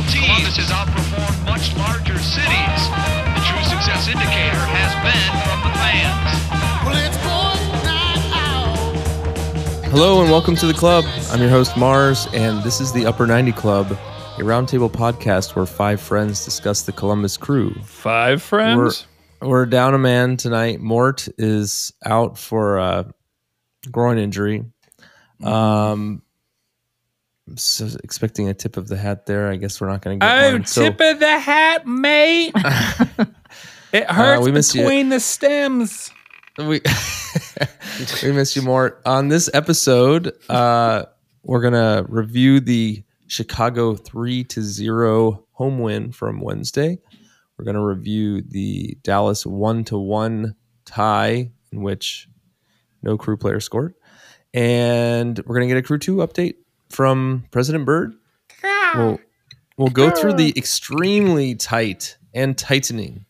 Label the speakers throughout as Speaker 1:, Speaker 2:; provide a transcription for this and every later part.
Speaker 1: businesses outperform much larger cities. The true success indicator has been from the fans.
Speaker 2: Well, it's boys' night out.
Speaker 3: Hello and welcome to the club. I'm your host Mars, and this is the Upper 90 Club, a roundtable podcast where five friends discuss the Columbus crew.
Speaker 4: Five
Speaker 3: We're,
Speaker 4: friends.
Speaker 3: we're down a man tonight. Mort is out for a groin injury.
Speaker 4: Mm-hmm.
Speaker 3: Um, I'm so expecting a tip of the hat there. I guess we're not going to get
Speaker 4: oh,
Speaker 3: one. So-
Speaker 4: tip of the hat, mate. it
Speaker 3: Uh,
Speaker 4: hurts
Speaker 3: we miss you.
Speaker 4: between the stems.
Speaker 3: we we miss you more on this episode uh we're gonna review the chicago 3 to 0 home win from wednesday we're gonna review the dallas 1 to 1 tie in which no crew player scored and we're gonna get a crew 2 update from president bird we'll, we'll go through the extremely tight and tightening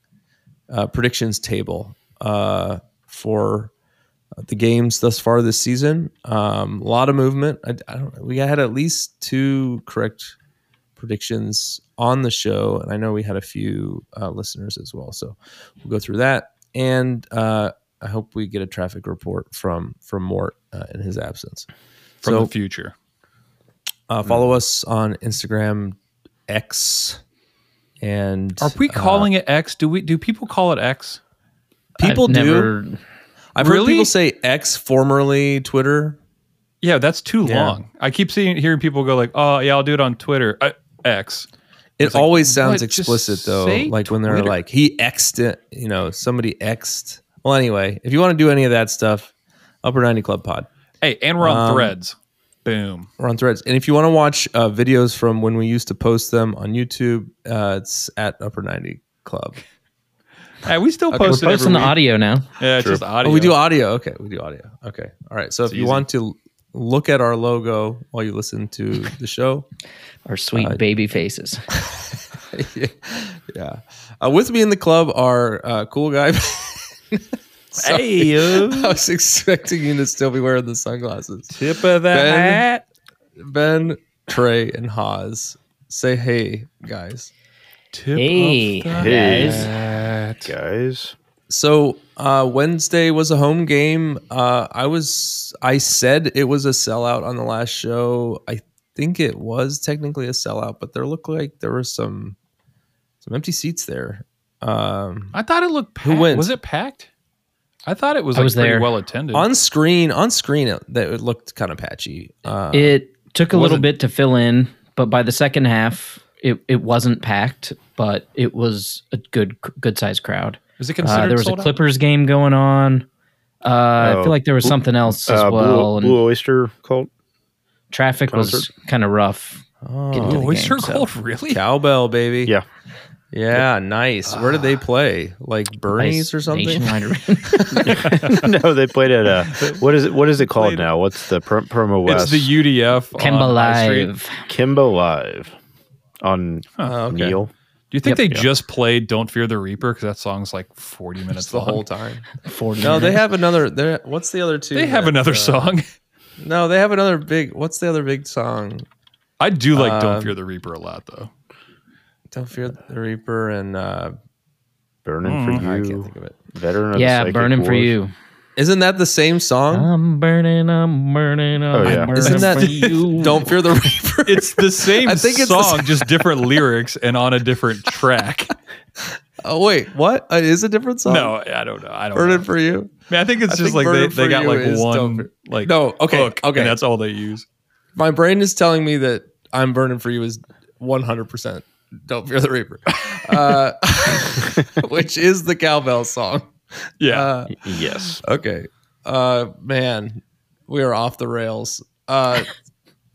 Speaker 3: uh, predictions table uh, for uh, the games thus far this season. Um, a lot of movement. I, I don't. We had at least two correct predictions on the show, and I know we had a few uh, listeners as well. So we'll go through that, and uh, I hope we get a traffic report from from Mort uh, in his absence.
Speaker 4: From
Speaker 3: So-
Speaker 4: the future.
Speaker 3: Uh, follow us on Instagram, X, and
Speaker 4: Are we calling it X? Do we do people call it X?
Speaker 3: people
Speaker 5: I've
Speaker 3: do.
Speaker 5: never-
Speaker 3: I've heard
Speaker 4: Really?
Speaker 3: people say X, formerly Twitter.
Speaker 4: Yeah, that's too
Speaker 3: Yeah.
Speaker 4: long. I keep seeing hearing people go like, "Oh, yeah, I'll do it on Twitter." Uh, X.
Speaker 3: It
Speaker 4: like,
Speaker 3: always sounds
Speaker 4: what? Just
Speaker 3: explicit though,
Speaker 4: say
Speaker 3: like when they're
Speaker 4: Twitter.
Speaker 3: like he X'd it, you know, somebody X'd. Well, anyway, if you want to do any of that stuff, Upper Ninety Club Pod.
Speaker 4: Hey, and we're on
Speaker 3: Um,
Speaker 4: Threads. Boom.
Speaker 3: We're on Threads, and if you want to watch uh, videos from when we used to post them on YouTube, uh, it's at Upper Ninety Club.
Speaker 4: Hey, we still
Speaker 3: we're
Speaker 5: We're
Speaker 4: post it every
Speaker 5: posting the
Speaker 4: week.
Speaker 5: audio now.
Speaker 4: Yeah, it's just audio.
Speaker 3: Oh, we do audio. Okay, we do audio. Okay, all right. So if you
Speaker 4: easy.
Speaker 3: want to look at our logo while you listen to the show,
Speaker 5: Our sweet baby faces.
Speaker 3: yeah. Uh, with me in the club are uh, cool guy. Sorry.
Speaker 4: Hey, yo.
Speaker 3: I was expecting you to still be wearing the sunglasses.
Speaker 4: tip of the
Speaker 3: Ben.
Speaker 4: hat.
Speaker 3: Ben, Trey, and Haas. Say hey, guys.
Speaker 4: Tip
Speaker 5: Hey,
Speaker 4: of the
Speaker 5: Hey. guys.
Speaker 4: hat.
Speaker 6: guys.
Speaker 3: So uh, Wednesday was a home game. Uh, I was I said it was a sellout on the last show. I think it was technically a sellout, but there looked like there were some some empty seats there. Um,
Speaker 4: I thought it looked packed.
Speaker 3: Who wins?
Speaker 4: Was it packed? I thought it was,
Speaker 5: I
Speaker 4: like
Speaker 5: was
Speaker 4: pretty
Speaker 5: there.
Speaker 4: well attended.
Speaker 3: on screen, on screen, it, that it looked kind of patchy. Uh,
Speaker 5: it took a little
Speaker 3: wasn't-
Speaker 5: bit to fill in, but by the second half, it, it wasn't packed, but it was a good good sized crowd.
Speaker 4: Is it
Speaker 5: Uh,
Speaker 4: considered
Speaker 5: there was a
Speaker 4: sold out?
Speaker 5: Clippers game going on. Uh, I
Speaker 6: Oh.
Speaker 5: feel like there was something else as
Speaker 6: Uh,
Speaker 5: well,
Speaker 6: Blue,
Speaker 5: and
Speaker 6: Blue Oyster Cult.
Speaker 5: traffic was
Speaker 6: concert.
Speaker 5: kind of rough.
Speaker 3: oh,
Speaker 5: into the
Speaker 4: Oh, Oyster
Speaker 5: game, so-
Speaker 4: Gold, really?
Speaker 3: cowbell, baby.
Speaker 6: Yeah.
Speaker 3: Yeah, nice. Where
Speaker 4: Ah.
Speaker 3: did they play? Like Bernie's
Speaker 5: Nice
Speaker 3: or something?
Speaker 5: nationwide arena.
Speaker 6: no, they played at uh what is it what is it called
Speaker 4: Played-
Speaker 6: now? What's the pr- promo
Speaker 4: It's
Speaker 6: west?
Speaker 4: the UDF. on
Speaker 5: Kemba
Speaker 4: Oh, High Street.
Speaker 5: Live.
Speaker 6: Kimbo Live on
Speaker 3: Oh, okay.
Speaker 6: Neil.
Speaker 4: Do you think
Speaker 5: Yep.
Speaker 4: they just played "Don't Fear the Reaper" because that song's like forty minutes
Speaker 3: It's the
Speaker 4: long?
Speaker 3: whole time.
Speaker 5: 40
Speaker 3: No, they
Speaker 5: minutes.
Speaker 3: have another. There, what's the other two?
Speaker 4: They have
Speaker 3: that,
Speaker 4: another
Speaker 3: uh,
Speaker 4: song.
Speaker 3: No, they have another big. What's the other big song?
Speaker 4: I do like
Speaker 3: um,
Speaker 4: "Don't Fear the Reaper" a lot, though.
Speaker 3: Don't fear the Reaper and uh,
Speaker 6: Burning
Speaker 4: Mm-hmm.
Speaker 3: I
Speaker 6: for
Speaker 3: can't
Speaker 6: you.
Speaker 3: think of it.
Speaker 6: Veteran of the
Speaker 5: Yeah,
Speaker 6: Psychic
Speaker 5: burning for
Speaker 6: Wars.
Speaker 5: you.
Speaker 3: Isn't that the same
Speaker 4: Ah,
Speaker 3: song?
Speaker 5: I'm burning, I'm burning, I'm
Speaker 6: Oh, yeah.
Speaker 5: burning
Speaker 3: Isn't that
Speaker 5: for you.
Speaker 3: Don't fear the Reaper?
Speaker 4: It's the same
Speaker 3: I think it's the
Speaker 4: song, just different lyrics and on a different track.
Speaker 3: oh wait, what? It is a different song.
Speaker 4: no, I don't know. I don't.
Speaker 3: Um, burning
Speaker 4: Know.
Speaker 3: for you.
Speaker 4: I, mean, I think it's
Speaker 3: I think
Speaker 4: just like they,
Speaker 3: Burning For
Speaker 4: they got
Speaker 3: You
Speaker 4: like
Speaker 3: is Don't
Speaker 4: one
Speaker 3: Fear-
Speaker 4: like
Speaker 3: No, okay,
Speaker 4: hook,
Speaker 3: okay.
Speaker 4: and that's all they use.
Speaker 3: My brain is telling me that I'm burning for you is 100. percent Don't fear the Reaper, uh, which is the cowbell song.
Speaker 4: Yeah,
Speaker 3: Uh,
Speaker 6: Yes.
Speaker 3: Okay. Uh man, we are off the rails. Uh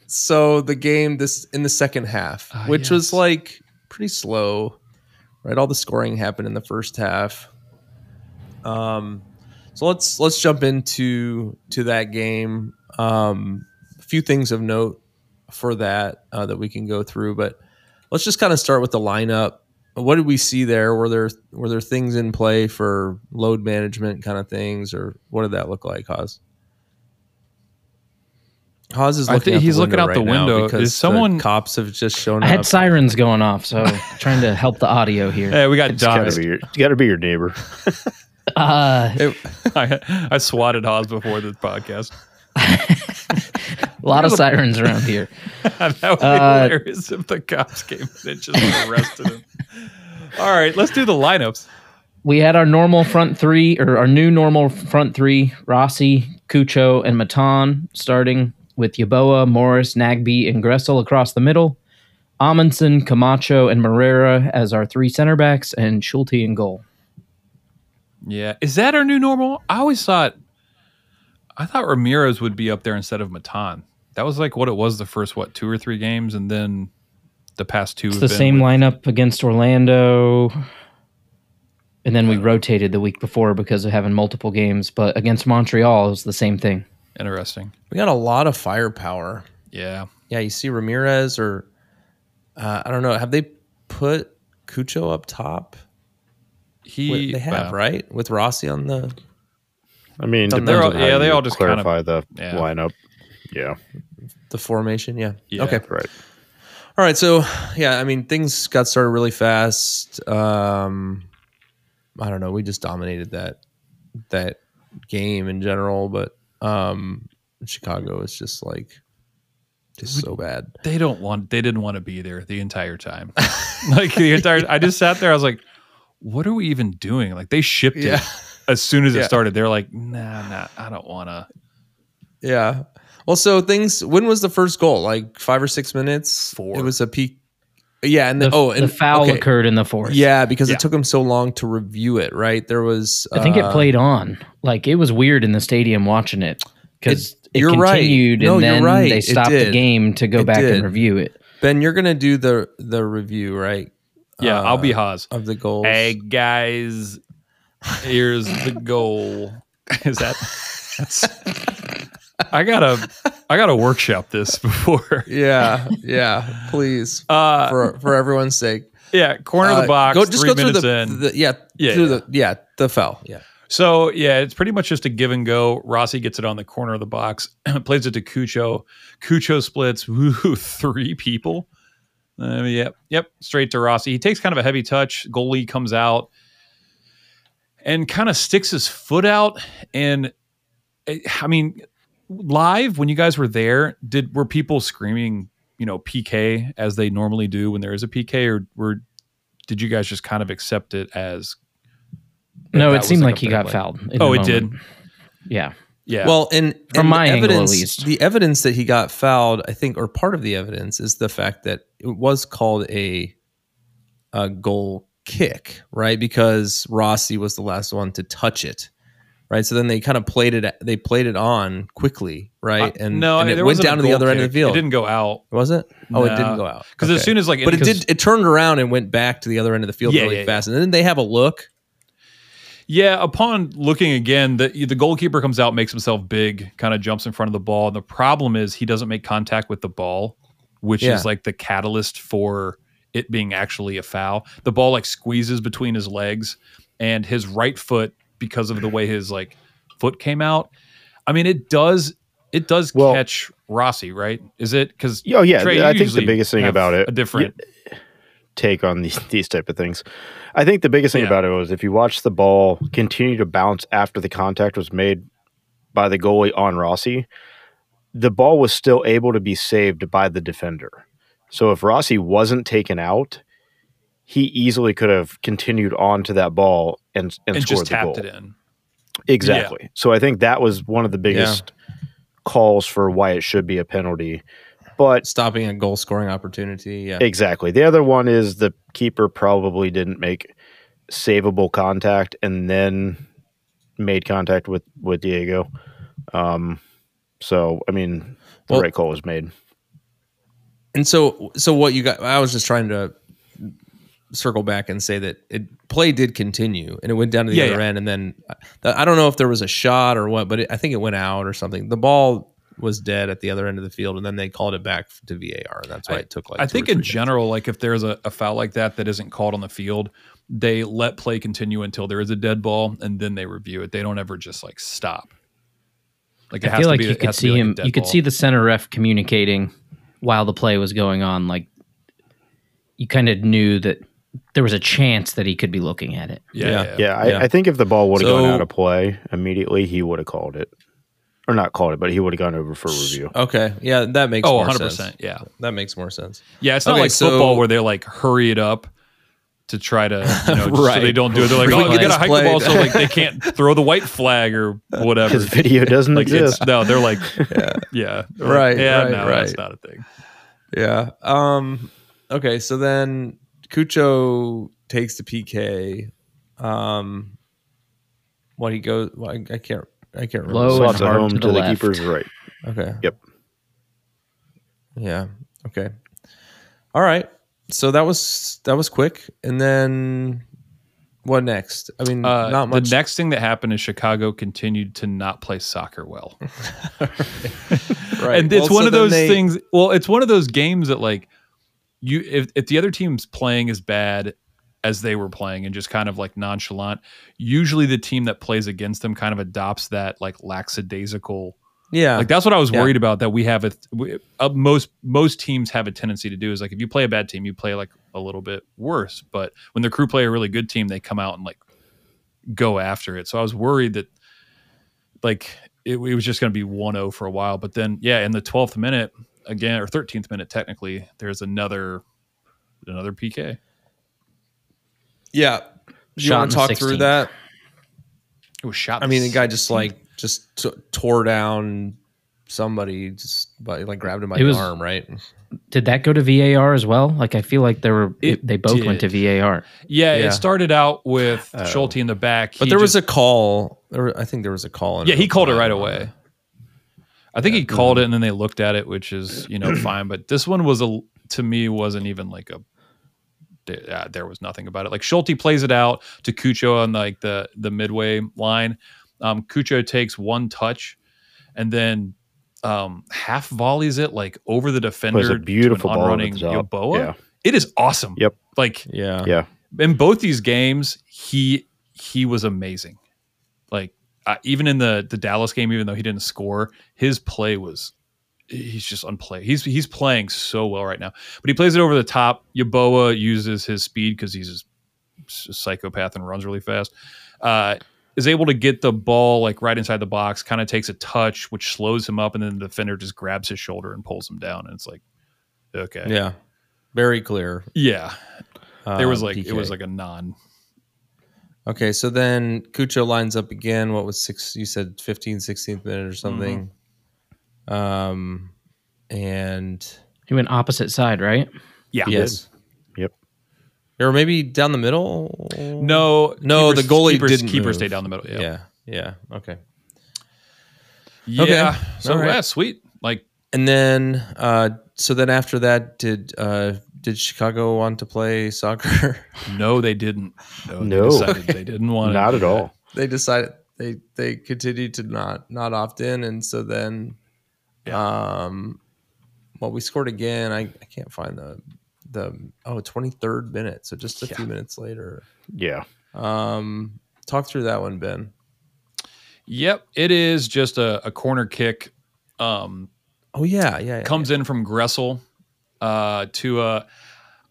Speaker 3: so the game this in the second half,
Speaker 4: Ah,
Speaker 3: which was
Speaker 4: yes.
Speaker 3: like pretty slow. Right? All the scoring happened in the first half. Um so let's let's jump into to that game. Um a few things of note for that uh, that we can go through, but let's just kind of start with the lineup. What did we see there? Were there were there things in play for load management kind of things, or what did that look like, Haas? Haas is
Speaker 4: I
Speaker 3: looking
Speaker 4: think
Speaker 3: out
Speaker 4: he's
Speaker 3: the
Speaker 4: looking
Speaker 3: window
Speaker 4: out the
Speaker 3: right now
Speaker 4: window.
Speaker 3: because
Speaker 4: Is
Speaker 3: the
Speaker 4: someone-
Speaker 3: cops have just shown
Speaker 5: I
Speaker 3: up.
Speaker 5: had sirens going off, so trying to help the audio here.
Speaker 4: Hey, we got
Speaker 6: gotta
Speaker 4: doxxed.
Speaker 6: be your, it's gotta be your neighbor.
Speaker 5: Uh,
Speaker 3: It-
Speaker 4: I, I swatted Haas before this podcast.
Speaker 5: a lot of sirens around here.
Speaker 4: that would be
Speaker 5: Uh,
Speaker 4: hilarious if the cops came and it just arrested him. All right, let's do the lineups.
Speaker 5: We had our normal front three, or our new normal front three: Rossi, Cucho, and Matan, starting with Yaboa, Morris, Nagby, and Gressel across the middle. Amundsen, Camacho, and Marrera as our three center backs, and Schulte in goal.
Speaker 4: Yeah, is that our new normal? I always thought, I thought Ramirez would be up there instead of Matan. That was like what it was the first what two or three games, and then the past two.
Speaker 5: It's
Speaker 4: have
Speaker 5: the
Speaker 4: been
Speaker 5: same
Speaker 4: with-
Speaker 5: lineup against Orlando. And then we rotated the week before because of having multiple games, but against Montreal it was the same thing.
Speaker 4: Interesting.
Speaker 3: we got a lot of firepower.
Speaker 4: Yeah,
Speaker 3: Yeah, you see Ramirez or uh, I don't know. Have they put Cucho up top?
Speaker 4: he.
Speaker 3: they have
Speaker 4: wow.
Speaker 3: right with Rossi on the.
Speaker 6: I mean,
Speaker 3: They're
Speaker 6: depends
Speaker 4: all-
Speaker 6: on how
Speaker 4: yeah, they
Speaker 6: you
Speaker 4: all just kind of-
Speaker 6: clarify the
Speaker 4: yeah.
Speaker 6: lineup. Yeah,
Speaker 3: the formation. Yeah.
Speaker 4: Yeah.
Speaker 3: Okay.
Speaker 6: right.
Speaker 3: All right. So yeah, I mean things got started really fast. Um I don't know. We just dominated that that game in general, but um Chicago is just like just so bad.
Speaker 4: They don't want. They didn't want to be there the entire time. like the entire. I just sat there. I was like, what are we even doing? Like they shipped
Speaker 3: Yeah.
Speaker 4: it as soon as it
Speaker 3: Yeah.
Speaker 4: started. They're like, nah, nah, I don't want to.
Speaker 3: Yeah. Well, so things. When was the first goal? Like five or six minutes.
Speaker 4: Four.
Speaker 3: It was a peak. Yeah, and
Speaker 5: The,
Speaker 3: then oh, and
Speaker 5: the foul
Speaker 3: okay.
Speaker 5: occurred in the fourth.
Speaker 3: Yeah, because
Speaker 4: Yeah.
Speaker 3: it took him so long to review it. Right, there was.
Speaker 5: I think it
Speaker 3: uh,
Speaker 5: played on. Like it was weird in the stadium watching it because
Speaker 3: It-
Speaker 5: it,
Speaker 3: you're right.
Speaker 5: continued
Speaker 3: No,
Speaker 5: and
Speaker 3: you're
Speaker 5: then
Speaker 3: right.
Speaker 5: they
Speaker 3: It
Speaker 5: stopped the
Speaker 3: did.
Speaker 5: game to go
Speaker 3: It
Speaker 5: back
Speaker 3: did.
Speaker 5: and review it.
Speaker 3: Ben, you're gonna do the the review, right?
Speaker 4: Yeah, I'll be
Speaker 3: Uh,
Speaker 4: Haas.
Speaker 3: of the goals.
Speaker 4: Hey guys, here's the goal. Is that? That's, I gotta, I gotta workshop this before.
Speaker 3: Yeah, yeah. Please,
Speaker 4: Uh,
Speaker 3: for for everyone's sake,
Speaker 4: yeah, corner of
Speaker 3: Uh,
Speaker 4: the box.
Speaker 3: Go, just
Speaker 4: three
Speaker 3: go through
Speaker 4: minutes
Speaker 3: the,
Speaker 4: in.
Speaker 3: the- yeah,
Speaker 4: Yeah,
Speaker 3: through
Speaker 4: yeah.
Speaker 3: the yeah the foul. Yeah,
Speaker 4: So yeah, it's pretty much just a give and go. Rossi gets it on the corner of the box, plays it to Cucho. Cucho splits woo, three people. Uh, yep, yep, straight to Rossi. He takes kind of a heavy touch. Goalie comes out and kind of sticks his foot out. And eh, I mean, live when you guys were there, did were people screaming, you know, PK as they normally do when there is a PK, or were did you guys just kind of accept it as? that
Speaker 5: No,
Speaker 4: that
Speaker 5: it
Speaker 4: was
Speaker 5: seemed
Speaker 4: like
Speaker 5: like,
Speaker 4: a
Speaker 5: he
Speaker 4: fair
Speaker 5: got
Speaker 4: play?
Speaker 5: fouled. in
Speaker 4: Oh,
Speaker 5: the
Speaker 4: it did.
Speaker 5: moment. Yeah.
Speaker 4: Yeah.
Speaker 3: Well, and
Speaker 5: From
Speaker 3: and
Speaker 5: my
Speaker 3: the
Speaker 5: angle, at
Speaker 3: evidence,
Speaker 5: least.
Speaker 3: the evidence that he got fouled, I think, or part of the evidence is the fact that it was called a a goal kick, right? Because Rossi was the last one to touch it, right? So then they kind of played it. They played it on quickly, right?
Speaker 4: Uh, no,
Speaker 3: and it
Speaker 4: there
Speaker 3: went
Speaker 4: wasn't a
Speaker 3: down to the
Speaker 4: goal
Speaker 3: other end of
Speaker 4: kick.
Speaker 3: the field.
Speaker 4: It didn't go out
Speaker 3: Was it? Oh, it
Speaker 4: No.
Speaker 3: didn't go out.
Speaker 4: because as
Speaker 3: Okay.
Speaker 4: soon as like,
Speaker 3: but it
Speaker 4: 'cause-
Speaker 3: did. It turned around and went back to the other end of the field
Speaker 4: Yeah,
Speaker 3: really
Speaker 4: yeah,
Speaker 3: fast. And then they have a look.
Speaker 4: Yeah, upon looking again, the the goalkeeper comes out, makes himself big, kind of jumps in front of the ball, and the problem is he doesn't make contact with the ball, which
Speaker 3: Yeah.
Speaker 4: is like the catalyst for it being actually a foul. The ball like squeezes between his legs and his right foot because of the way his like foot came out. I mean, it does it does
Speaker 6: Well-
Speaker 4: catch Rossi, right? Is it because
Speaker 6: Oh yeah, I think the biggest thing about it
Speaker 4: a different
Speaker 6: take on these these type of things. I think the biggest thing
Speaker 4: Yeah.
Speaker 6: about it was if you watch the ball continue to bounce after the contact was made by the goalie on Rossi, the ball was still able to be saved by the defender. So if Rossi wasn't taken out, he easily could have continued on to that ball and and,
Speaker 4: and
Speaker 6: scored
Speaker 4: just
Speaker 6: the goal.
Speaker 4: tapped it in.
Speaker 6: Exactly. So I think that was one of the biggest calls for why it should be a penalty. But
Speaker 3: Stopping a goal scoring opportunity. Yeah.
Speaker 6: Exactly. The other one is the keeper probably didn't make savable contact and then made contact with with Diego. Um, so I mean, the
Speaker 3: Well-
Speaker 6: right call was made.
Speaker 3: And so, so what you got? I was just trying to circle back and say that it play did continue and it went down to the
Speaker 4: Yeah,
Speaker 3: other
Speaker 4: yeah.
Speaker 3: end. And then uh, I don't know if there was a shot or what, but it, I think it went out or something. The ball was dead at the other end of the field, and then they called it back to VAR. And that's why it took like.
Speaker 4: I
Speaker 3: two
Speaker 4: think
Speaker 3: or
Speaker 4: in
Speaker 3: three days.
Speaker 4: general, like if there's a, a foul like that that isn't called on the field, they let play continue until there is a dead ball and then they review it. They don't ever just like stop. Like it
Speaker 5: I
Speaker 4: has
Speaker 5: feel
Speaker 4: to
Speaker 5: like
Speaker 4: be,
Speaker 5: you
Speaker 4: it
Speaker 5: could
Speaker 4: has to be
Speaker 5: see
Speaker 4: like a
Speaker 5: him.
Speaker 4: dead
Speaker 5: You could
Speaker 4: ball.
Speaker 5: see the center ref communicating while the play was going on. Like you kind of knew that there was a chance that he could be looking at it.
Speaker 4: Yeah,
Speaker 3: Yeah.
Speaker 4: yeah, yeah.
Speaker 6: Yeah, I,
Speaker 4: Yeah.
Speaker 6: I think if the ball would have
Speaker 3: So-
Speaker 6: gone out of play immediately, he would have called it. Or not called it, but he would have gone over for review.
Speaker 3: Okay. Yeah, that makes
Speaker 4: Oh,
Speaker 3: more
Speaker 4: 100
Speaker 3: sense.
Speaker 4: percent. Yeah,
Speaker 3: That makes more sense.
Speaker 4: yeah. It's not
Speaker 3: Okay,
Speaker 4: like
Speaker 3: so-
Speaker 4: football where they're like hurry it up to try to you know just so
Speaker 3: Right.
Speaker 4: they don't do it. They're like, oh, you
Speaker 5: Replays
Speaker 4: got to hike the ball so
Speaker 3: played.
Speaker 4: like they can't throw the white flag or whatever.
Speaker 6: Because video doesn't
Speaker 4: Like it's
Speaker 6: exist.
Speaker 4: no, they're like, yeah, They're like,
Speaker 3: Right,
Speaker 4: yeah,
Speaker 3: right,
Speaker 4: no, that's
Speaker 3: right.
Speaker 4: not a thing.
Speaker 3: Yeah. Um okay, so then Cucho takes the PK. Um what he goes well, I, I can't I can't remember.
Speaker 5: Low and
Speaker 6: Slots it
Speaker 5: hard
Speaker 6: home
Speaker 5: to
Speaker 6: to,
Speaker 5: the
Speaker 6: the
Speaker 5: left.
Speaker 6: keeper's right.
Speaker 3: Okay.
Speaker 6: Yep.
Speaker 3: Yeah. Okay. All right. So that was that was quick. And then what next? I mean,
Speaker 4: Uh,
Speaker 3: not much.
Speaker 4: The next thing that happened is Chicago continued to not play soccer well,
Speaker 3: right.
Speaker 4: and
Speaker 3: Well,
Speaker 4: it's
Speaker 3: so
Speaker 4: one of
Speaker 3: then
Speaker 4: those
Speaker 3: they-
Speaker 4: things. Well, it's one of those games that like you if if the other team's playing as bad as they were playing and just kind of like nonchalant, usually the team that plays against them kind of adopts that like lackadaisical
Speaker 3: Yeah.
Speaker 4: Like that's what I was
Speaker 3: Uh, Yeah.
Speaker 4: worried about. That we have a we, uh, most most teams have a tendency to do is like if you play a bad team, you play like a little bit worse. But when the crew play a really good team, they come out and like go after it. So I was worried that like it, it was just going to be 1-0 for a while. But then yeah, in the twelfth minute again or thirteenth minute technically, there's another another PK.
Speaker 3: yeah. Do you
Speaker 5: Shot
Speaker 3: want
Speaker 5: in
Speaker 3: to
Speaker 5: the
Speaker 3: talk through
Speaker 5: 16th.
Speaker 3: that?
Speaker 4: It was shot.
Speaker 3: I mean, the guy just like just t- tore down somebody just by like grabbed him by
Speaker 5: It
Speaker 3: the
Speaker 5: was-
Speaker 3: arm, right?
Speaker 5: Did that go to VAR as well? Like I feel like there were
Speaker 4: It
Speaker 5: they both went to
Speaker 4: did.
Speaker 5: VAR.
Speaker 4: yeah,
Speaker 3: yeah. Oh.
Speaker 4: It started out with Schulte in the back,
Speaker 3: But there was a call. There, I think there was a call. in
Speaker 4: Yeah, he called it right
Speaker 3: on that.
Speaker 4: away. I think he called it and then they looked at it, which is you know fine. But this one was a to me wasn't even like a. there- uh, There was nothing about it. Like Schulte plays it out to Cucho on like the the midway line. Um, Cucho takes one touch, and then um, half volleys it like over the defender. to an
Speaker 6: beautiful ball over
Speaker 4: on-running
Speaker 6: the top.
Speaker 4: Yeboah.
Speaker 6: Yeah.
Speaker 4: It is awesome.
Speaker 6: Yep.
Speaker 4: Like
Speaker 3: Yeah.
Speaker 6: Yeah.
Speaker 4: in both these games, he he was amazing. Like uh, even in the the Dallas game, even though he didn't score, his play was he's just unplay. He's he's playing so well right now. But he plays it over the top. Yaboa uses his speed because he's a psychopath and runs really fast. Uh, is able to get the ball like right inside the box, kind of takes a touch, which slows him up, and then the defender just grabs his shoulder and pulls him down. And it's like, okay,
Speaker 3: Yeah. Very clear.
Speaker 4: yeah. There was
Speaker 3: um,
Speaker 4: like it
Speaker 3: PK.
Speaker 4: was like a non
Speaker 3: Okay, so then Cucho lines up again. What was six? You said 15, 16th minute or something. Um, and
Speaker 5: He went opposite side, right?
Speaker 3: yes,
Speaker 6: Yep.
Speaker 3: or maybe down the middle.
Speaker 4: No,
Speaker 3: No, the goalie
Speaker 4: keepers,
Speaker 3: didn't
Speaker 4: Keeper
Speaker 3: move.
Speaker 4: stayed down the middle. Yeah,
Speaker 3: Yeah, yeah, okay.
Speaker 4: yeah.
Speaker 3: Okay.
Speaker 4: So
Speaker 3: All right.
Speaker 4: yeah, sweet. Like
Speaker 3: And then, uh, so then after that, did uh, did Chicago want to play soccer?
Speaker 4: no, they didn't. No,
Speaker 6: No.
Speaker 4: They, decided they didn't want.
Speaker 6: Not at all.
Speaker 3: they decided they they continued to not not opt in, and so then, um, well, we scored again. I, I can't find the the oh 23rd minute, so just a few minutes later.
Speaker 6: Yeah.
Speaker 3: Um, talk through that one, Ben.
Speaker 4: Yep, it is just a, a corner kick. Um,
Speaker 3: Oh yeah, yeah, yeah.
Speaker 4: comes in from Gressel uh, to uh,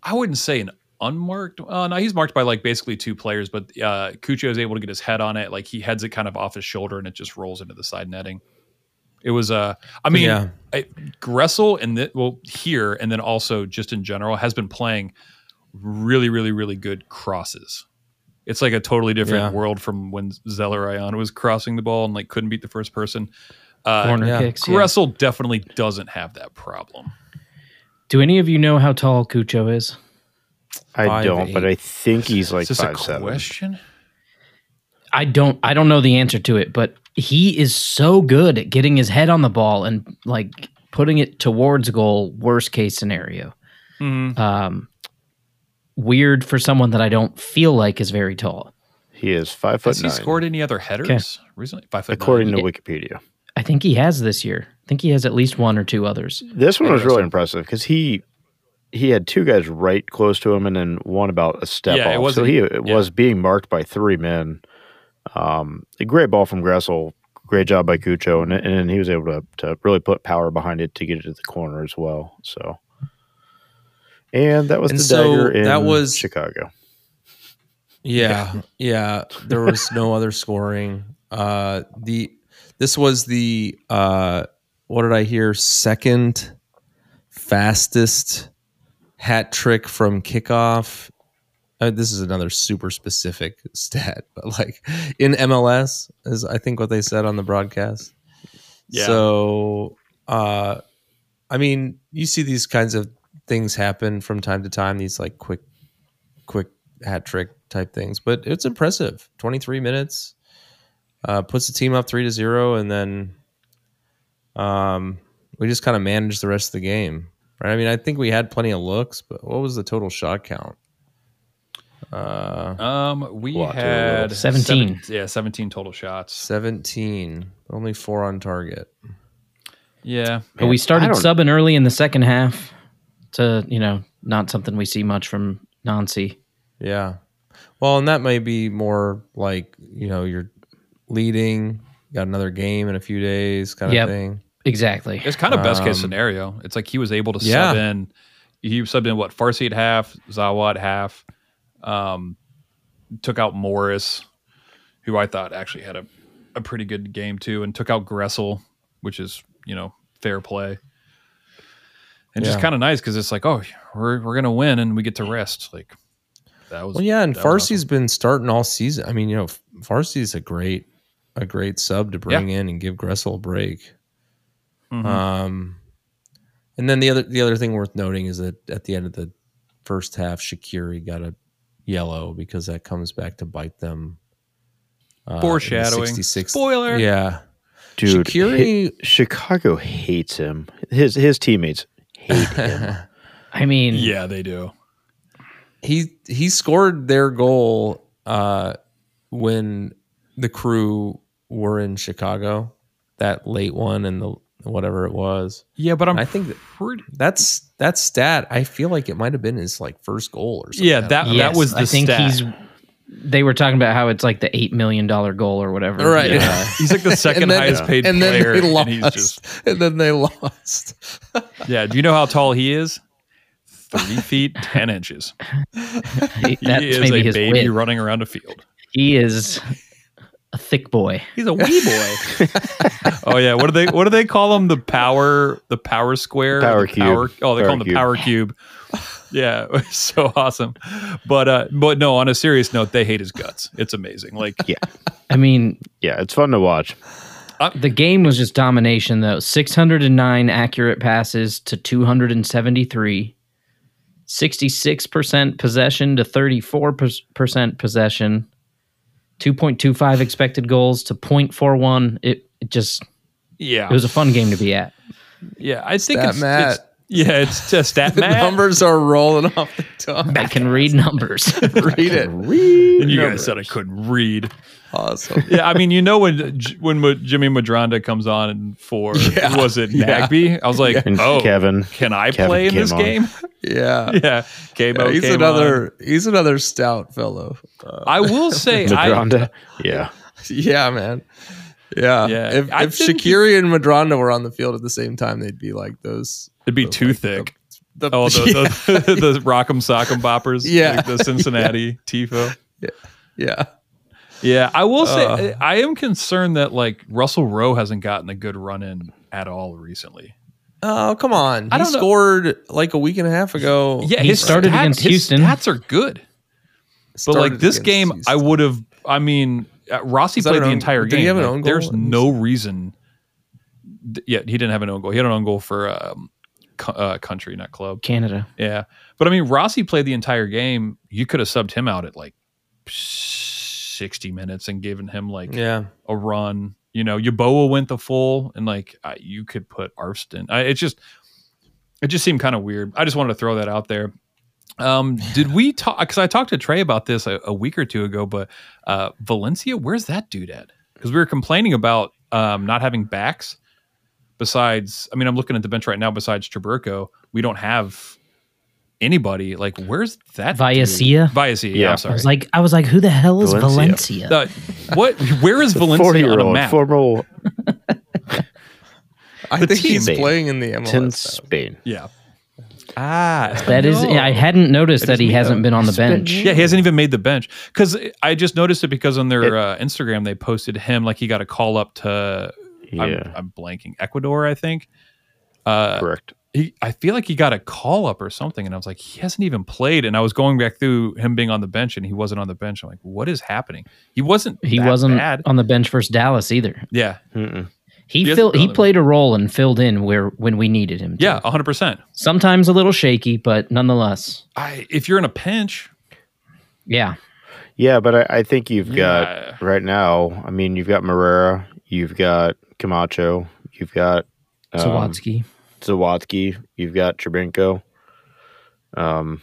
Speaker 4: I wouldn't say an unmarked. Uh, no, he's marked by like basically two players, but uh, Cucho is able to get his head on it. Like he heads it kind of off his shoulder, and it just rolls into the side netting. It was uh, I mean,
Speaker 3: Yeah.
Speaker 4: I, Gressel and the, well here, and then also just in general has been playing really, really, really good crosses. It's like a totally different
Speaker 3: Yeah.
Speaker 4: world from when Zellerion was crossing the ball and like couldn't beat the first person. Uh,
Speaker 5: Corner
Speaker 3: yeah.
Speaker 5: kicks. yeah.
Speaker 4: Gressel definitely doesn't have that problem.
Speaker 5: Do any of you know how tall Cucho is?
Speaker 6: I
Speaker 3: Five,
Speaker 6: don't, but
Speaker 3: eight.
Speaker 6: I think he's like
Speaker 4: Is this
Speaker 6: five
Speaker 4: a
Speaker 6: seven.
Speaker 4: question?
Speaker 5: I don't I don't know the answer to it, but he is so good at getting his head on the ball and like putting it towards goal worst case scenario. Um weird for someone that I don't feel like is very tall.
Speaker 6: He is five foot
Speaker 4: Has he
Speaker 6: nine.
Speaker 4: scored any other headers recently? Five foot
Speaker 6: according
Speaker 4: nine.
Speaker 6: to Wikipedia.
Speaker 5: I think he has this year. I think he has at least one or two others.
Speaker 6: This one was really impressive because he he had two guys right close to him and then one about a step
Speaker 4: Yeah, it
Speaker 6: off. so
Speaker 4: wasn't- e-,
Speaker 6: he it
Speaker 4: yeah.
Speaker 6: was being marked by three men. Um, a great ball from Gressel. great job by Cucho, and and then he was able to to really put power behind it to get it to the corner as well. So, and that was
Speaker 3: And
Speaker 6: the
Speaker 3: so
Speaker 6: dagger in
Speaker 3: that was-
Speaker 6: Chicago.
Speaker 3: Yeah, yeah. There was no other scoring. Uh, the this was the uh, what did I hear? Second fastest hat trick from kickoff. Uh, this is another super specific stat, but like in MLS is I think what they said on the broadcast.
Speaker 4: Yeah.
Speaker 3: So, uh, I mean, you see these kinds of things happen from time to time. These like quick, quick hat trick type things, but it's impressive. Twenty three minutes uh, puts the team up three to zero, and then um, we just kind of managed the rest of the game. Right? I mean, I think we had plenty of looks, but what was the total shot count? Uh,
Speaker 4: Um, we
Speaker 6: Lot to
Speaker 4: had
Speaker 6: overlook.
Speaker 5: 17.
Speaker 4: seven- yeah, seventeen total shots.
Speaker 3: seventeen, only four on target.
Speaker 4: Yeah,
Speaker 5: But we started
Speaker 6: I don't-
Speaker 5: subbing early in the second half to, you know, not something we see much from Nancy.
Speaker 3: Yeah. Well, and that may be more like, you know, you're leading, got another game in a few days kind of
Speaker 5: Yep.
Speaker 3: thing.
Speaker 5: Exactly.
Speaker 4: it's kind of best case
Speaker 3: Um,
Speaker 4: scenario. It's like he was able to
Speaker 3: yeah.
Speaker 4: sub in. He subbed in what Farsi at half, Zawa at half. Um, took out Morris, who I thought actually had a, a pretty good game too, and took out Gressel, which is you know fair play. And just
Speaker 3: Yeah.
Speaker 4: kind of nice because it's like, oh, we're we're gonna win and we get to rest. Like that was
Speaker 3: Well, yeah, and
Speaker 4: that was
Speaker 3: Farsi's been starting all season. I mean, you know, Farsi's a great a great sub to bring in and give Gressel a break.
Speaker 4: awesome. Mhm.
Speaker 3: Um and then the other the other thing worth noting is that at the end of the first half, Shakiri got a yellow because that comes back to bite them. uh, in the
Speaker 4: Foreshadowing.
Speaker 3: 66th
Speaker 4: Spoiler.
Speaker 3: Yeah.
Speaker 6: Dude,
Speaker 3: Shaqiri-
Speaker 6: hi- Chicago hates him. His his teammates hate him.
Speaker 5: I mean,
Speaker 4: yeah, they do.
Speaker 3: he he scored their goal uh when the crew were in Chicago that late one and the whatever it was
Speaker 4: Yeah, but I'm
Speaker 3: I think that-
Speaker 4: pretty.
Speaker 3: that's that stat I feel like it might have been his like first goal or something
Speaker 4: Yeah, Uh, that
Speaker 5: yes,
Speaker 4: that was the
Speaker 5: I think
Speaker 4: stat.
Speaker 5: he's. They were talking about how it's like the eight million dollar goal or whatever.
Speaker 3: right
Speaker 5: Yeah.
Speaker 4: He's like the second
Speaker 3: and then,
Speaker 4: highest paid
Speaker 3: and then
Speaker 4: player.
Speaker 3: they lost
Speaker 4: And he's just
Speaker 3: and then they lost
Speaker 4: yeah. Do you know how tall he is? Three feet ten inches.
Speaker 5: He-
Speaker 4: He
Speaker 5: That's
Speaker 4: is
Speaker 5: maybe
Speaker 4: a
Speaker 5: his
Speaker 4: baby
Speaker 5: win.
Speaker 4: running around a field.
Speaker 5: He is a thick boy.
Speaker 4: He's a wee boy. oh yeah. What do they What do they call him? The power the power square.
Speaker 6: Power
Speaker 4: The power-
Speaker 6: cube.
Speaker 4: oh, they
Speaker 6: Power
Speaker 4: call him the
Speaker 6: cube.
Speaker 4: power cube. Yeah, it's so awesome. But uh, but no. On a serious note, they hate his guts. It's amazing. Like
Speaker 5: I mean,
Speaker 6: Yeah, it's fun to watch.
Speaker 5: the game was just domination though. Six hundred and nine accurate passes to two hundred and seventy three. 66% possession to 34% possession 2.25 expected goals to 0.41 it, it just
Speaker 4: yeah,
Speaker 5: it was a fun game to be at
Speaker 4: yeah. I think
Speaker 3: Stat
Speaker 4: it's,
Speaker 3: Matt.
Speaker 4: it's yeah. It's just that
Speaker 3: the
Speaker 4: Matt.
Speaker 3: numbers are rolling off the tongue
Speaker 5: i can read numbers
Speaker 3: read it
Speaker 4: And you guys said I couldn't read.
Speaker 3: awesome
Speaker 4: Yeah, I mean, you know when J- when Mo- Jimmy Madronda comes on and for
Speaker 3: Yeah.
Speaker 4: was it Nagby? I was like,
Speaker 6: And
Speaker 4: oh,
Speaker 6: Kevin,
Speaker 4: can I
Speaker 6: Kevin
Speaker 4: play in
Speaker 6: came
Speaker 4: this
Speaker 6: on.
Speaker 4: game?
Speaker 3: yeah,
Speaker 4: yeah, Cabo
Speaker 3: Yeah, he's
Speaker 4: came on.
Speaker 3: another he's another stout fellow
Speaker 4: I will say, I,
Speaker 6: Madronda. Yeah,
Speaker 3: Yeah, man. Yeah.
Speaker 4: Yeah.
Speaker 3: If,
Speaker 4: I
Speaker 3: if
Speaker 4: think-
Speaker 3: Shakiri and Madronda were on the field at the same time, they'd be like those.
Speaker 4: it'd be
Speaker 5: Oh
Speaker 4: too
Speaker 3: like,
Speaker 4: thick.
Speaker 3: The,
Speaker 4: oh, the,
Speaker 3: yeah,
Speaker 4: the, the Rock'em Sock'em Boppers.
Speaker 3: Yeah.
Speaker 4: like the Cincinnati Tifo.
Speaker 3: yeah.
Speaker 4: Yeah, I will say
Speaker 3: Uh.
Speaker 4: I am concerned that like Russell Rowe hasn't gotten a good run in at all recently.
Speaker 3: Oh, come on.
Speaker 4: I
Speaker 3: he
Speaker 4: don't know.
Speaker 3: scored like a week and a half ago.
Speaker 4: Yeah,
Speaker 5: He
Speaker 4: his
Speaker 5: started
Speaker 4: stat-
Speaker 5: against
Speaker 4: his
Speaker 5: Houston.
Speaker 4: Stats are good. But like
Speaker 3: Started
Speaker 4: this
Speaker 3: against
Speaker 4: game,
Speaker 3: Houston.
Speaker 4: I would have. I mean, uh, Rossi
Speaker 3: Is that
Speaker 4: played
Speaker 3: an
Speaker 4: the
Speaker 3: own-
Speaker 4: entire
Speaker 3: did
Speaker 4: game.
Speaker 3: he have an
Speaker 4: Like,
Speaker 3: own goal
Speaker 4: there's
Speaker 3: at
Speaker 4: no reason. th- Yeah, he didn't have an own goal. He had an own goal for um, co- uh, country, not club.
Speaker 5: canada
Speaker 4: Yeah, but I mean, Rossi played the entire game. You could have subbed him out at like sixty minutes and given him like
Speaker 3: Yeah.
Speaker 4: a run. You know, Yaboa went the full, and like I, you could put Arvston. I, it just, it just seemed kind of weird. I just wanted to throw that out there. Um, did we talk? Because I talked to Trey about this a, a week or two ago, but uh, Valencia, where's that dude at? Because we were complaining about um, not having backs. Besides, I mean, I'm looking at the bench right now. Besides Traburco, we don't have anybody. Like, where's that?
Speaker 5: Vallesilla?
Speaker 4: Vallesilla, yeah.
Speaker 6: Yeah.
Speaker 4: I'm
Speaker 5: I
Speaker 4: sorry.
Speaker 5: was like, I was like, who the hell is Valencia?
Speaker 6: Valencia.
Speaker 4: The- what? Where is Valencia on a
Speaker 6: Forty-year-old
Speaker 4: map?
Speaker 6: former
Speaker 3: I
Speaker 6: The
Speaker 3: think he's
Speaker 6: teammate.
Speaker 3: playing in the
Speaker 6: in
Speaker 3: MLS. now.
Speaker 6: Spain.
Speaker 4: yeah. Ah,
Speaker 5: That is, I hadn't noticed that he hasn't been on the bench.
Speaker 4: Yeah, he hasn't even made the bench because I just noticed it because on their uh, Instagram they posted him like he got a call up to I'm,
Speaker 6: Yeah,
Speaker 4: I'm blanking Ecuador I think. Uh,
Speaker 6: correct.
Speaker 4: he, I feel like he got a call up or something, and I was like, he hasn't even played. And I was going back through him being on the bench, and he wasn't on the bench. I'm like, what is happening? He wasn't.
Speaker 5: He
Speaker 4: that
Speaker 5: wasn't
Speaker 4: bad.
Speaker 5: on the bench versus Dallas either.
Speaker 4: Yeah,
Speaker 6: Mm-mm.
Speaker 5: He
Speaker 4: He hasn't
Speaker 5: filled,
Speaker 4: been on
Speaker 5: he
Speaker 4: the
Speaker 5: played a role and filled in where when we needed him. to.
Speaker 4: yeah, 100. percent
Speaker 5: sometimes a little shaky, but nonetheless,
Speaker 4: I if you're in a pinch,
Speaker 5: yeah.
Speaker 6: Yeah, but I, I think you've
Speaker 4: Yeah.
Speaker 6: got right now. I mean, you've got Marrera, you've got Camacho, you've got um,
Speaker 5: Sawatsky,
Speaker 6: Zawadzki, you've got Trebinko. Um,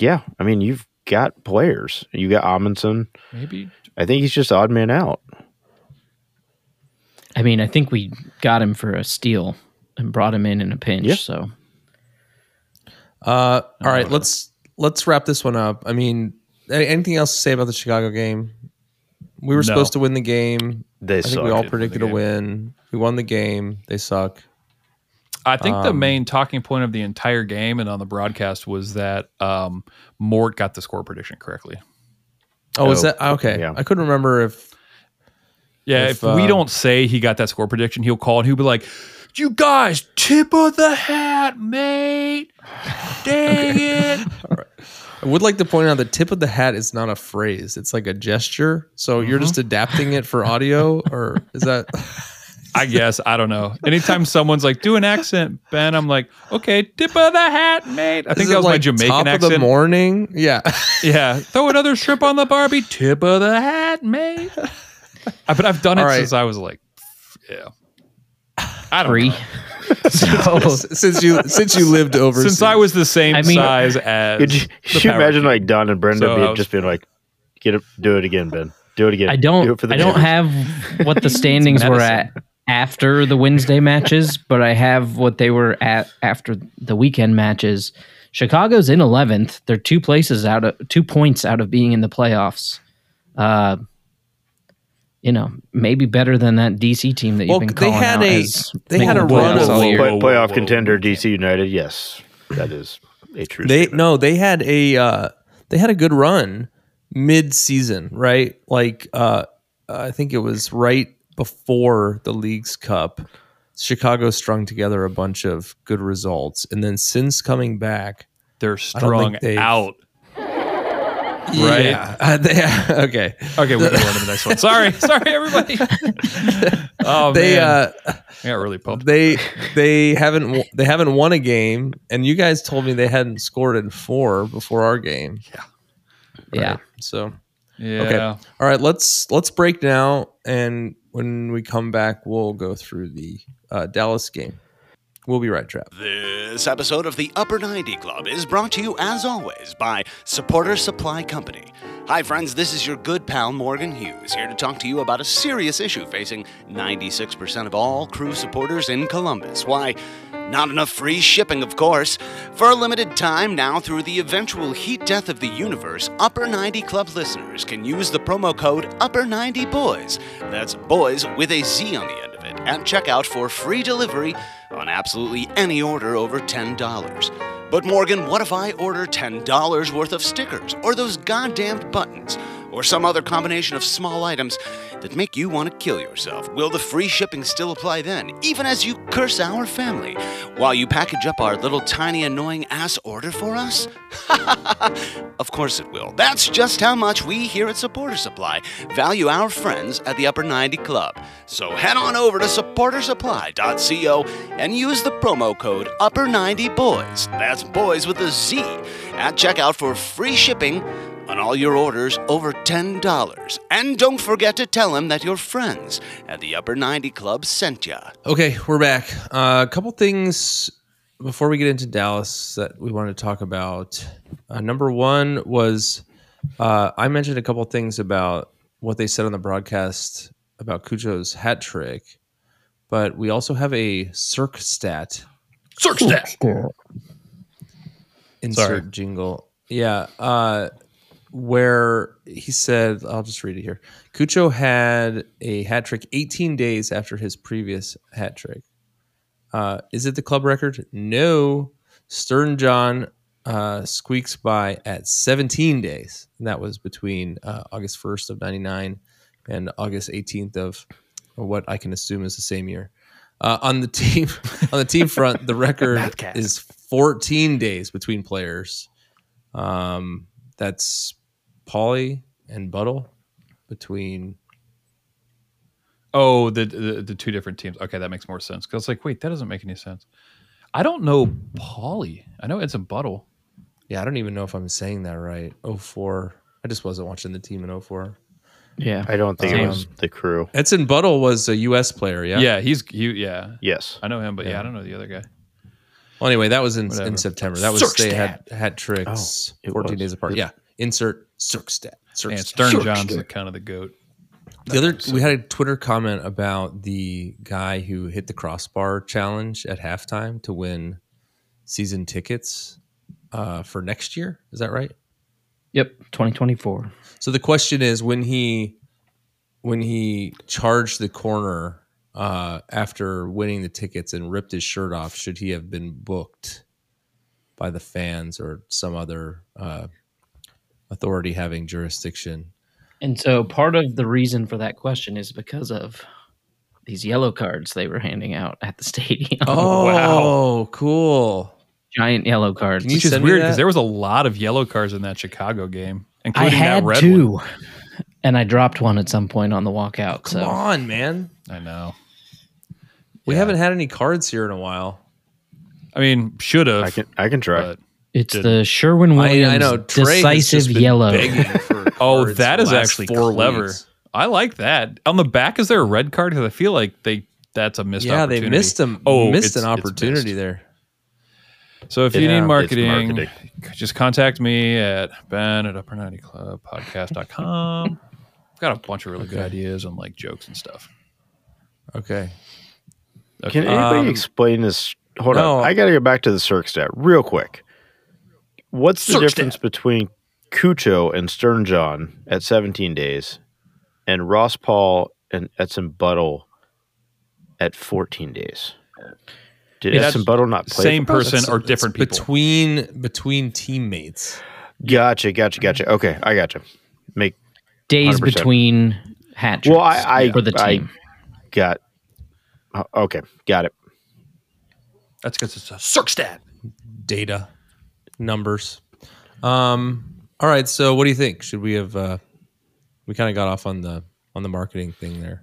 Speaker 6: yeah, I mean, you've got players. You got Amundsen.
Speaker 4: maybe
Speaker 6: I think he's just odd man out.
Speaker 5: I mean, I think we got him for a steal and brought him in in a pinch.
Speaker 6: Yeah.
Speaker 5: So
Speaker 3: Uh, all right, let's let's wrap this one up. I mean, a- anything else to say about the Chicago game? We were
Speaker 4: No.
Speaker 3: supposed to win the game.
Speaker 6: They
Speaker 3: I think
Speaker 6: suck.
Speaker 3: we all
Speaker 4: the
Speaker 3: predicted a
Speaker 4: game.
Speaker 3: win. We won the game. They suck.
Speaker 4: I think the
Speaker 3: Um,
Speaker 4: main talking point of the entire game and on the broadcast was that um, Mort got the score prediction correctly.
Speaker 3: Oh, is
Speaker 6: Oh,
Speaker 3: that okay?
Speaker 6: yeah.
Speaker 3: I couldn't remember if
Speaker 4: Yeah, if,
Speaker 3: If, uh,
Speaker 4: we don't say he got that score prediction, he'll call and he'll be like, "You guys, tip of the hat, mate! Dang it!"
Speaker 3: I would like to point out the tip of the hat is not a phrase; it's like a gesture. So you're just adapting it for audio, or is that?
Speaker 4: Mm-hmm. I guess I don't know. Anytime someone's like, "Do an accent, Ben," I'm like, "Okay, tip of the hat, mate." I think
Speaker 3: is
Speaker 4: that
Speaker 3: it
Speaker 4: was my
Speaker 3: like
Speaker 4: Jamaican
Speaker 3: top
Speaker 4: accent.
Speaker 3: of the morning. Yeah,
Speaker 4: yeah, throw another strip on the Barbie. Tip of the hat, mate. I- but I've done it
Speaker 3: All right.
Speaker 4: since I was like, yeah, I don't
Speaker 5: three.
Speaker 4: know.
Speaker 5: so
Speaker 3: since you since you lived overseas,
Speaker 4: Since I was the same
Speaker 5: I mean-
Speaker 4: size as.
Speaker 6: Could you,
Speaker 4: the
Speaker 6: could you
Speaker 4: Power
Speaker 6: imagine
Speaker 4: Rangers.
Speaker 6: like Don and Brenda
Speaker 4: So
Speaker 6: be-
Speaker 4: I was-
Speaker 6: just being like, "Get it, do it again, Ben. Do it again.
Speaker 5: I
Speaker 6: Do
Speaker 5: don't.
Speaker 6: it for the
Speaker 5: I don't
Speaker 6: Panthers."
Speaker 5: have what the standings were at after the Wednesday matches, but I have what they were at after the weekend matches. Chicago's in eleventh. They're two places out of two points out of being in the playoffs. Uh, you know, maybe better than that DC team that
Speaker 3: Well,
Speaker 5: you've been
Speaker 3: they
Speaker 5: calling
Speaker 3: had
Speaker 5: out
Speaker 3: a-
Speaker 5: as
Speaker 3: they
Speaker 5: making
Speaker 3: had a
Speaker 5: the
Speaker 3: run
Speaker 5: playoffs
Speaker 3: of-
Speaker 5: all
Speaker 4: Whoa,
Speaker 5: year.
Speaker 4: whoa,
Speaker 6: Play,
Speaker 4: whoa,
Speaker 6: playoff
Speaker 4: whoa.
Speaker 6: contender DC United. Yes, that is a true.
Speaker 3: they
Speaker 6: statement.
Speaker 3: no they had a uh, they had a good run mid season, right? Like uh, I think it was right before the league's cup. Chicago strung together a bunch of good results, and then since coming back,
Speaker 4: They're
Speaker 3: I don't
Speaker 4: strung
Speaker 3: think they've-
Speaker 4: out.
Speaker 3: right? they, okay,
Speaker 4: Okay, we're going to the next one. Sorry, sorry, everybody. Oh
Speaker 3: they
Speaker 4: man,
Speaker 3: uh,
Speaker 4: I got really pumped.
Speaker 3: they they haven't w- they haven't won a game, and you guys told me they hadn't scored in four before our game.
Speaker 5: Yeah,
Speaker 3: So
Speaker 4: Yeah.
Speaker 3: all right, let's let's break now, and when we come back, we'll go through the uh, Dallas game. We'll be right, Trap.
Speaker 7: This episode of the Upper 90 Club is brought to you, as always, by Supporter Supply Company. Hi, friends, this is your good pal Morgan Hughes here to talk to you about a serious issue facing 96% of all crew supporters in Columbus. Why, not enough free shipping, of course. For a limited time now, through the eventual heat death of the universe, Upper 90 Club listeners can use the promo code Upper90Boys. That's boys with a Z on the end of it at checkout for free delivery on absolutely any order over $10. But Morgan, what if I order $10 worth of stickers or those goddamned buttons or some other combination of small items that make you want to kill yourself? Will the free shipping still apply then, even as you curse our family while you package up our little tiny annoying ass order for us? Of course it will. That's just how much we here at Supporter Supply value our friends at the Upper 90 Club. So head on over to supportersupply.co and use the promo code Upper90Boys, that's boys with a Z, at checkout for free shipping on all your orders over $10. And don't forget to tell them that your friends at the Upper 90 Club sent ya.
Speaker 3: Okay, we're back. Uh, a couple things before we get into Dallas that we wanted to talk about. Uh, number one was uh, I mentioned a couple things about what they said on the broadcast about Cujo's hat trick, but we also have a circ stat.
Speaker 4: Search that.
Speaker 3: insert
Speaker 4: Sorry.
Speaker 3: jingle. Yeah, uh, where he said, I'll just read it here. Cucho had a hat trick 18 days after his previous hat trick. Uh, is it the club record? No. Stern John uh, squeaks by at 17 days. And that was between uh, August 1st of 99 and August 18th of what I can assume is the same year. Uh, on the team on the team front, the record is 14 days between players. Um, that's Pauly and Buttle between
Speaker 4: Oh, the, the the two different teams. Okay, that makes more sense. Because like, wait, that doesn't make any sense. I don't know Paulie. I know Edson Buttle.
Speaker 3: yeah, I don't even know if I'm saying that right. 04. I just wasn't watching the team in 04.
Speaker 5: Yeah.
Speaker 6: I don't think it was the crew.
Speaker 3: Edson Buttle was a US player, yeah.
Speaker 4: Yeah, he's he, yeah.
Speaker 6: Yes.
Speaker 4: I know him, but yeah. I don't know the other guy.
Speaker 3: Well, anyway, that was in, in
Speaker 4: Whatever. Oh,
Speaker 3: September. That was they had had tricks
Speaker 6: it
Speaker 3: 14
Speaker 6: was.
Speaker 3: days apart. Yeah. Insert Cirkstat.
Speaker 4: And
Speaker 3: Cirkstat.
Speaker 4: Stern John's kind of the goat.
Speaker 3: The other we had a Twitter comment about the guy who hit the crossbar challenge at halftime to win season tickets uh, for next year. Is that right?
Speaker 5: Yep. 2024.
Speaker 3: So the question is when he when he charged the corner uh, after winning the tickets and ripped his shirt off, should he have been booked by the fans or some other uh, authority having jurisdiction?
Speaker 5: And so part of the reason for that question is because of these yellow cards they were handing out at the stadium.
Speaker 3: Oh, cool.
Speaker 5: Giant yellow cards.
Speaker 3: Can you
Speaker 4: Which is
Speaker 3: send me
Speaker 4: weird
Speaker 3: that?
Speaker 4: because there was a lot of yellow cars in that Chicago game,
Speaker 5: I
Speaker 4: including that
Speaker 5: had
Speaker 4: red
Speaker 5: two.
Speaker 4: one.
Speaker 5: And I dropped one at some point on the walkout.
Speaker 3: Come
Speaker 5: so
Speaker 3: on, man.
Speaker 4: I know.
Speaker 3: We haven't had any cards here in a while.
Speaker 4: I mean, should
Speaker 6: I
Speaker 4: have.
Speaker 6: can I can try.
Speaker 4: But
Speaker 5: it's
Speaker 4: Did-
Speaker 5: the Sherwin
Speaker 3: I,
Speaker 5: Williams
Speaker 3: I know Trey has just
Speaker 5: decisive
Speaker 3: been
Speaker 5: yellow.
Speaker 3: begging for
Speaker 4: oh,
Speaker 3: cards
Speaker 4: that
Speaker 3: the
Speaker 4: is
Speaker 3: last
Speaker 4: actually
Speaker 3: four
Speaker 4: clever.
Speaker 3: weeks.
Speaker 4: I like that. On the back, is there a red card? Because I feel like they that's a missed.
Speaker 3: Yeah, they
Speaker 4: opportunity.
Speaker 3: missed him.
Speaker 4: Oh,
Speaker 3: Oh, missed
Speaker 4: it's-
Speaker 3: an
Speaker 4: it's
Speaker 3: opportunity
Speaker 4: missed.
Speaker 3: there.
Speaker 4: So if you
Speaker 6: Yeah,
Speaker 4: need
Speaker 6: it's
Speaker 4: marketing,
Speaker 6: marketing.
Speaker 4: just contact me at ben at upper 90 club podcast.com. I've got a bunch of really good ideas and like jokes and stuff.
Speaker 3: Okay.
Speaker 6: Can anybody
Speaker 3: Um,
Speaker 6: explain this? Hold
Speaker 3: no.
Speaker 6: on. I got to go back to the Cirque stat real quick. What's the difference between Cucho and Stern John at 17 days and Ross Paul and Edson Buttle at 14 days? Did
Speaker 4: Yeah,
Speaker 6: Edson
Speaker 4: that's
Speaker 6: Buttle not play?
Speaker 4: Same
Speaker 6: for both?
Speaker 4: person or different people.
Speaker 3: Between between teammates.
Speaker 6: Gotcha, gotcha, gotcha. Okay, I gotcha. Make
Speaker 5: Days
Speaker 6: 100%.
Speaker 5: between hat tricks
Speaker 6: Well, I- I-
Speaker 5: for the
Speaker 6: I-
Speaker 5: team.
Speaker 6: got. uh, Okay, got it.
Speaker 4: That's because it's a circ stat.
Speaker 3: Data. Numbers. Um all right, so what do you think? Should we have uh we kind of got off on the on the marketing thing there.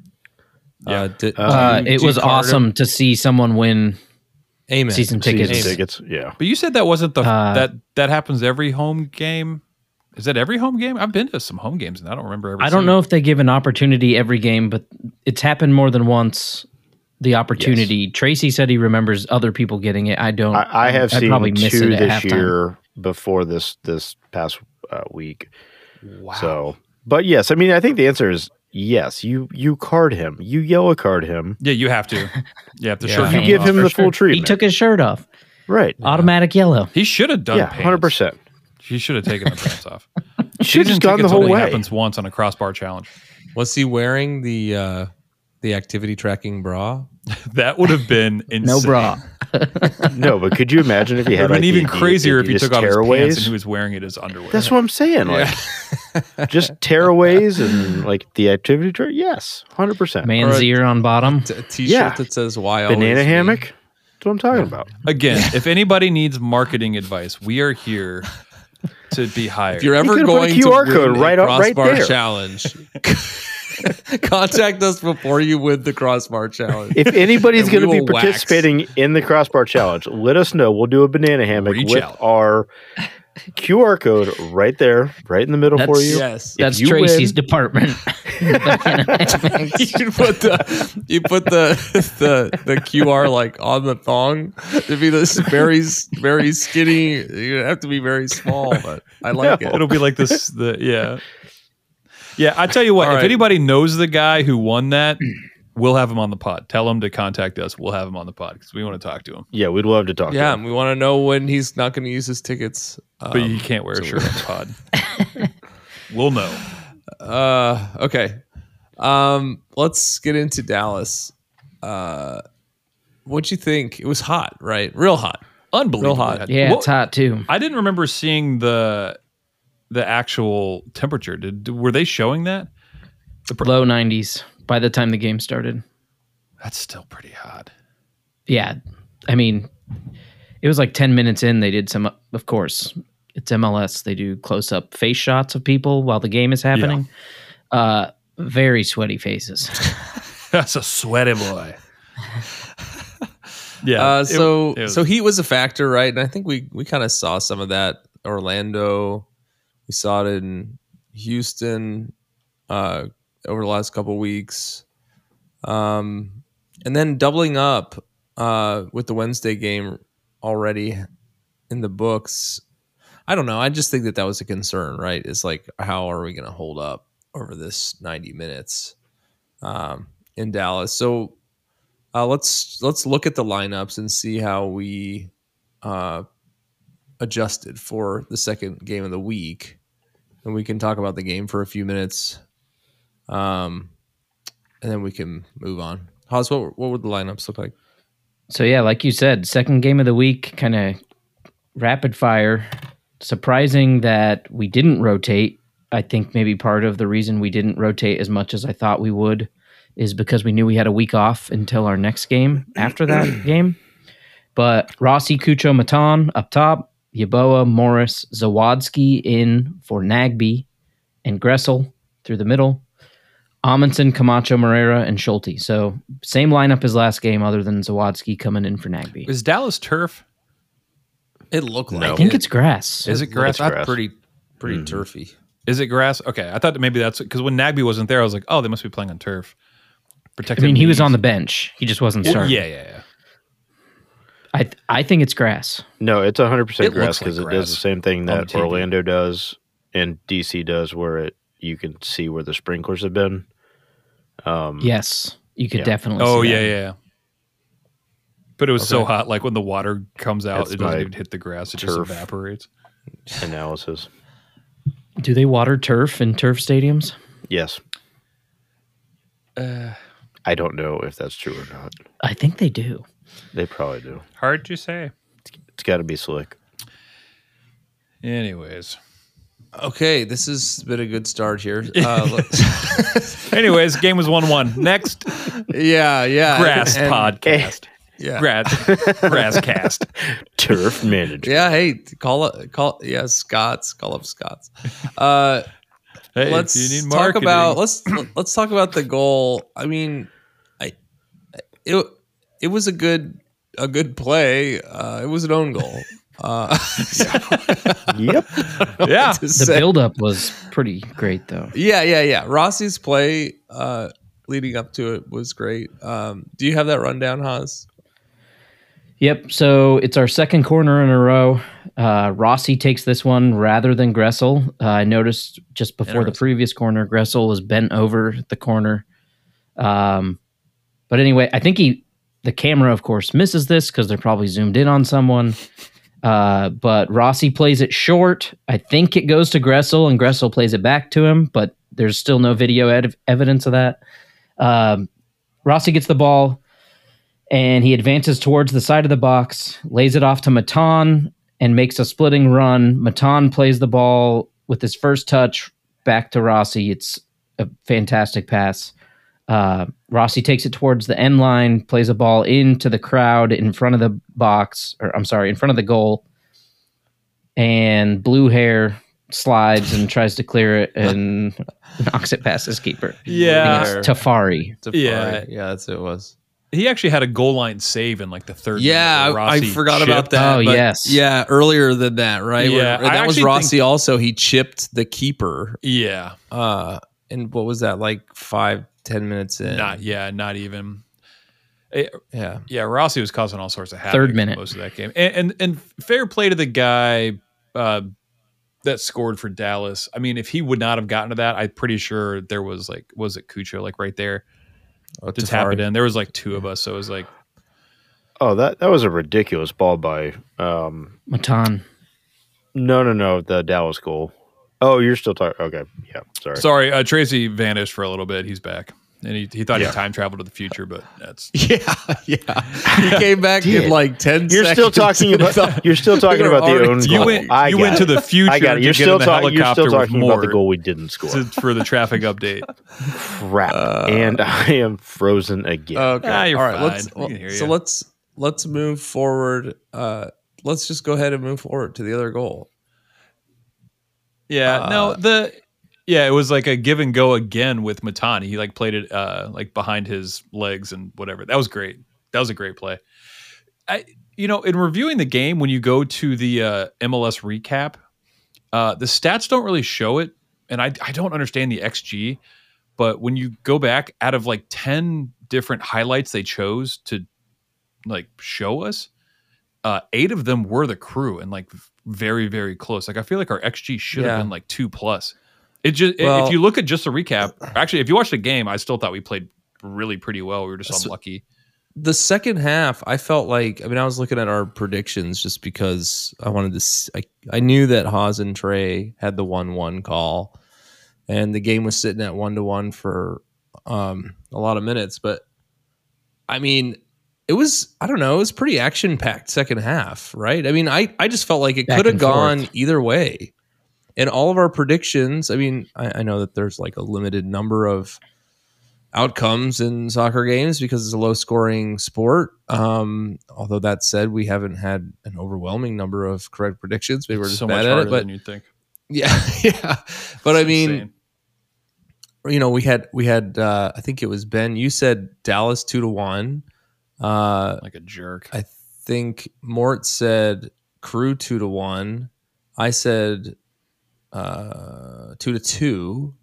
Speaker 3: Uh, did,
Speaker 5: uh,
Speaker 3: did
Speaker 5: it
Speaker 3: you
Speaker 5: was
Speaker 3: card him?
Speaker 5: awesome to see someone win
Speaker 3: Amen.
Speaker 5: season tickets.
Speaker 6: Season tickets. Yeah.
Speaker 4: But you said that wasn't the
Speaker 5: Uh,
Speaker 4: that that happens every home game. Is that every home game? I've been to some home games and I don't remember every.
Speaker 5: I don't
Speaker 4: single-
Speaker 5: know if they give an opportunity every game, but it's happened more than once. The opportunity. Tracy said he remembers other people getting it. I don't.
Speaker 6: I, I have
Speaker 5: I'd
Speaker 6: seen
Speaker 5: probably miss
Speaker 6: two
Speaker 5: it at
Speaker 6: this
Speaker 5: halftime.
Speaker 6: year before this this past uh, week. Wow. So, but yes, I mean, I think the answer is yes. You you card him, you yellow card him,
Speaker 4: Yeah, you have to. Yeah, if the
Speaker 3: Yeah.
Speaker 4: shirt
Speaker 5: You
Speaker 4: comes
Speaker 6: give
Speaker 4: off.
Speaker 6: him the full
Speaker 5: He
Speaker 6: treatment.
Speaker 5: took his shirt off.
Speaker 6: right?
Speaker 5: Automatic yellow.
Speaker 4: He should have done.
Speaker 6: Yeah, hundred
Speaker 4: pants.
Speaker 6: percent.
Speaker 4: He should have taken the pants off. Season
Speaker 6: Should just gone the
Speaker 4: tickets
Speaker 6: whole
Speaker 4: only
Speaker 6: way.
Speaker 4: Happens once on a crossbar challenge.
Speaker 3: Was he wearing the uh the activity tracking bra?
Speaker 4: That would have been insane.
Speaker 5: No bra.
Speaker 6: No, but could you imagine if he
Speaker 4: It
Speaker 6: had
Speaker 4: would have been
Speaker 6: like,
Speaker 4: even
Speaker 6: the- the-
Speaker 4: crazier if he
Speaker 6: just
Speaker 4: took off his pants and
Speaker 6: tearaways?
Speaker 4: he was wearing it as underwear.
Speaker 6: That's what I'm saying. Like, just tearaways and like the activity trip. Yes, hundred percent.
Speaker 5: Man's
Speaker 3: Alright.
Speaker 5: ear on bottom.
Speaker 3: T- a t-shirt
Speaker 6: Yeah.
Speaker 3: that says why always
Speaker 6: Banana
Speaker 3: me."
Speaker 6: hammock. That's what I'm talking about.
Speaker 4: Again, if anybody needs marketing advice, we are here to be hired.
Speaker 3: If you're ever
Speaker 6: could've put a
Speaker 3: going
Speaker 6: QR
Speaker 3: to
Speaker 6: code
Speaker 3: win
Speaker 6: right
Speaker 3: a
Speaker 6: up- right
Speaker 3: crossbar
Speaker 6: there.
Speaker 3: challenge, contact us before you win the crossbar challenge.
Speaker 6: If anybody's
Speaker 3: And we
Speaker 6: going to be
Speaker 3: will wax.
Speaker 6: participating in the crossbar challenge, let us know. We'll do a banana hammock
Speaker 4: Reach
Speaker 6: with
Speaker 4: out.
Speaker 6: our QR code right there, right in the middle for
Speaker 5: That's-
Speaker 6: you.
Speaker 3: yes,
Speaker 5: That's
Speaker 6: you
Speaker 5: Tracy's
Speaker 6: win-
Speaker 5: department.
Speaker 3: you put the you put the the the QR like on the thong. It'd be this very s- very skinny. You have to be very small, but I like
Speaker 6: No.
Speaker 3: it.
Speaker 4: It'll be like this. The yeah, yeah. I tell you what.
Speaker 3: All
Speaker 4: if
Speaker 3: right.
Speaker 4: anybody knows the guy who won that, We'll have him on the pod. Tell him to contact us. We'll have him on the pod because we want to talk to him.
Speaker 6: Yeah, we'd love to talk.
Speaker 3: Yeah,
Speaker 6: to him.
Speaker 3: and we want to know when he's not going to use his tickets. Um,
Speaker 4: But you can't wear a shirt on the pod. we'll know.
Speaker 3: Uh, okay. Um, let's get into Dallas. Uh, what'd you think? It was hot, right? Real hot.
Speaker 4: Unbelievable.
Speaker 3: hot.
Speaker 5: Yeah,
Speaker 4: Well,
Speaker 5: it's hot too.
Speaker 4: I didn't remember seeing the the actual temperature. Did were they showing that?
Speaker 5: Low 90s by the time the game started.
Speaker 4: That's still pretty hot.
Speaker 5: Yeah. I mean, it was like 10 minutes in. They did some, of course, it's MLS. They do close up face shots of people while the game is happening. Uh, very sweaty faces.
Speaker 4: That's a sweaty boy. yeah.
Speaker 3: Uh,
Speaker 4: it-
Speaker 3: so
Speaker 4: it was-
Speaker 3: so heat was a factor, right? And I think we we kind of saw some of that. Orlando, we saw it in Houston uh, over the last couple weeks, um, and then doubling up uh, with the Wednesday game already in the books. I don't know. I just think that that was a concern, right? It's like how are we going to hold up over this ninety minutes um, in Dallas? So uh, let's let's look at the lineups and see how we uh, adjusted for the second game of the week, and we can talk about the game for a few minutes, um, and then we can move on. Haas, what what would the lineups look like?
Speaker 5: So yeah, like you said, second game of the week, kind of rapid fire. Surprising that we didn't rotate. I think maybe part of the reason we didn't rotate as much as I thought we would is because we knew we had a week off until our next game after that game. But Rossi, Cucho, Matan up top, Yaboa, Morris, Zawadski in for Nagby, and Gressel through the middle. Amundsen, Camacho, Moreira, and Schulte. So same lineup as last game, other than Zawadzki coming in for Nagby.
Speaker 4: is Dallas turf?
Speaker 3: It looked like
Speaker 5: I think it's grass.
Speaker 4: Is it grass?
Speaker 3: It's
Speaker 6: grass.
Speaker 3: pretty pretty turfy.
Speaker 4: Is it grass? Okay, I thought maybe that's because when Nagby wasn't there, I was like, oh, they must be playing on turf.
Speaker 5: I
Speaker 4: Protecting.
Speaker 5: mean, he was on the bench. He just wasn't starting.
Speaker 4: Yeah, yeah, yeah.
Speaker 5: I th- I think it's grass.
Speaker 6: No, it's hundred percent
Speaker 3: It looks
Speaker 6: grass because
Speaker 3: like
Speaker 6: it does the
Speaker 3: grass
Speaker 6: same thing
Speaker 4: on the
Speaker 6: that
Speaker 4: TV.
Speaker 6: Orlando does and DC does, where it you can see where the sprinklers have been. Um,
Speaker 5: Yes, you could
Speaker 6: Yeah.
Speaker 5: definitely.
Speaker 4: Oh
Speaker 5: see
Speaker 4: yeah,
Speaker 5: that.
Speaker 4: yeah. yeah. But it was so hot, like when the water comes out,
Speaker 6: That's
Speaker 4: it doesn't
Speaker 6: my
Speaker 4: even hit the grass; it
Speaker 6: turf.
Speaker 4: just evaporates.
Speaker 6: analysis.
Speaker 5: Do they water turf in turf stadiums?
Speaker 6: Yes.
Speaker 3: Uh.
Speaker 6: I don't know if that's true or not.
Speaker 5: I think they do.
Speaker 6: They probably do.
Speaker 4: Hard to say.
Speaker 6: It's got to be slick.
Speaker 4: Anyways,
Speaker 3: Okay, this has been a good start here. Uh, let's-
Speaker 4: anyways, game was one-one. Next
Speaker 3: yeah, yeah.
Speaker 4: grass
Speaker 3: And-
Speaker 4: podcast,
Speaker 3: Yeah.
Speaker 4: grass grass cast.
Speaker 6: Turf manager.
Speaker 3: Yeah, hey, call up, call yeah, Scott's, call up Scott's. Uh
Speaker 4: Hey, if
Speaker 3: let's
Speaker 4: you need
Speaker 3: talk
Speaker 4: marketing-
Speaker 3: about let's let's talk about the goal. I mean, I it it was a good a good play. Uh, it was an own goal. Uh,
Speaker 6: yep.
Speaker 4: yeah.
Speaker 3: to
Speaker 5: The
Speaker 3: say.
Speaker 5: buildup was pretty great, though.
Speaker 3: yeah, yeah, yeah. Rossi's play uh, leading up to it was great. Um, do you have that rundown, Haas?
Speaker 5: Yep. So it's our second corner in a row. Uh, Rossi takes this one rather than Gressel. Uh, I noticed just before the
Speaker 3: Interesting.
Speaker 5: previous corner, Gressel was bent over the corner. Um, but anyway, I think he, the camera, of course, misses this because they're probably zoomed in on someone. Uh, but Rossi plays it short. I think it goes to Gressel, and Gressel plays it back to him. But there's still no video ed- evidence of that. Um, Rossi gets the ball and he advances towards the side of the box, lays it off to Matan, and makes a splitting run. Matan plays the ball with his first touch back to Rossi. It's a fantastic pass. Uh, Rossi takes it towards the end line, plays a ball into the crowd in front of the box, or I'm sorry, in front of the goal. And blue hair slides and tries to clear it and knocks it past his keeper. I
Speaker 4: Yeah,
Speaker 5: think it's Tafari.
Speaker 4: Yeah.
Speaker 3: yeah, that's what it was.
Speaker 4: he actually had a goal line save in like the third.
Speaker 3: Yeah,
Speaker 4: minute where
Speaker 3: I, I
Speaker 4: Rossi
Speaker 3: forgot
Speaker 4: chipped.
Speaker 3: about that.
Speaker 5: Oh,
Speaker 3: but
Speaker 5: yes.
Speaker 3: yeah, earlier than that, right? Where-
Speaker 4: Yeah, I
Speaker 3: that was
Speaker 4: actually
Speaker 3: Rossi. also, he chipped the keeper.
Speaker 4: Yeah,
Speaker 3: Uh, and what was that like five, ten minutes in?
Speaker 4: not yeah, not even.
Speaker 3: yeah,
Speaker 4: Yeah, Rossi was causing all sorts of havoc.
Speaker 5: Third minute.
Speaker 4: most of that game, and and, and fair play to the guy uh, that scored for Dallas. I mean, if he would not have gotten to that, I'm pretty sure there was like was it Cucho like right there.
Speaker 3: Oh,
Speaker 4: to tap
Speaker 3: Tafari.
Speaker 4: it in. There was like two of us, so it was like
Speaker 6: Oh, that that was a ridiculous ball by um
Speaker 5: Matan.
Speaker 6: no no no the Dallas goal. Oh, you're still talking. Okay, yeah, sorry.
Speaker 4: sorry. Uh, Tracy vanished for a little bit. He's back, and he, he thought
Speaker 6: Yeah.
Speaker 4: he time traveled to the future, but that's
Speaker 3: Yeah, yeah. He came back in like ten.
Speaker 6: You're
Speaker 3: seconds.
Speaker 6: still talking about. You're still talking about
Speaker 3: already-
Speaker 6: the own.
Speaker 4: you
Speaker 6: goal.
Speaker 4: went
Speaker 6: I
Speaker 4: you
Speaker 6: got
Speaker 4: went to
Speaker 6: it.
Speaker 4: the future.
Speaker 6: I got it.
Speaker 4: to
Speaker 6: You're
Speaker 4: get
Speaker 6: still,
Speaker 4: in the
Speaker 6: talk- you're
Speaker 4: helicopter
Speaker 6: still
Speaker 4: with
Speaker 6: talking about the
Speaker 4: Mort
Speaker 6: goal we didn't score.
Speaker 4: to- for the traffic update.
Speaker 6: Crap.
Speaker 4: uh,
Speaker 6: and I am frozen again.
Speaker 3: Okay.
Speaker 4: Ah, you're
Speaker 3: All right.
Speaker 4: fine.
Speaker 3: Let's.
Speaker 4: We can hear
Speaker 3: so
Speaker 4: you.
Speaker 3: let's let's move forward. Uh, let's just go ahead and move forward to the other goal.
Speaker 4: Yeah, no,
Speaker 3: Uh,
Speaker 4: the yeah, it was like a give and go again with Matani. He like played it uh like behind his legs and whatever. That was great. That was a great play. I you know, in reviewing the game when you go to the uh MLS recap, uh the stats don't really show it and I I don't understand the XG, but when you go back out of like 10 different highlights they chose to like show us, uh, eight of them were the crew and like very very close. Like I feel like our XG should
Speaker 3: Yeah.
Speaker 4: have been like two plus. It just i-
Speaker 3: Well-
Speaker 4: if you look at just a recap, actually, if you watch the game, I still thought we played really pretty well. We were just
Speaker 3: That's-
Speaker 4: unlucky.
Speaker 3: the second half i felt like i mean i was looking at our predictions just because i wanted to s I I I knew that haas and trey had the 1-1 call and the game was sitting at 1-1 for um, a lot of minutes but i mean it was i don't know it was pretty action packed second half right i mean i, I just felt like it
Speaker 5: Back
Speaker 3: could have
Speaker 5: and
Speaker 3: gone
Speaker 5: forth.
Speaker 3: either way and all of our predictions i mean I, I know that there's like a limited number of outcomes in soccer games because it's a low scoring sport. Um, although that said, we haven't had an overwhelming number of correct predictions. Maybe we're just
Speaker 4: so much
Speaker 3: bad at
Speaker 4: harder
Speaker 3: it. But
Speaker 4: than you'd think.
Speaker 3: yeah, yeah. But I
Speaker 4: It's
Speaker 3: mean,
Speaker 4: insane.
Speaker 3: you know, we had we had uh, I think it was Ben. You said Dallas two to one. Uh,
Speaker 4: like a jerk.
Speaker 3: I think Mort said crew two to one. I said uh, two to two.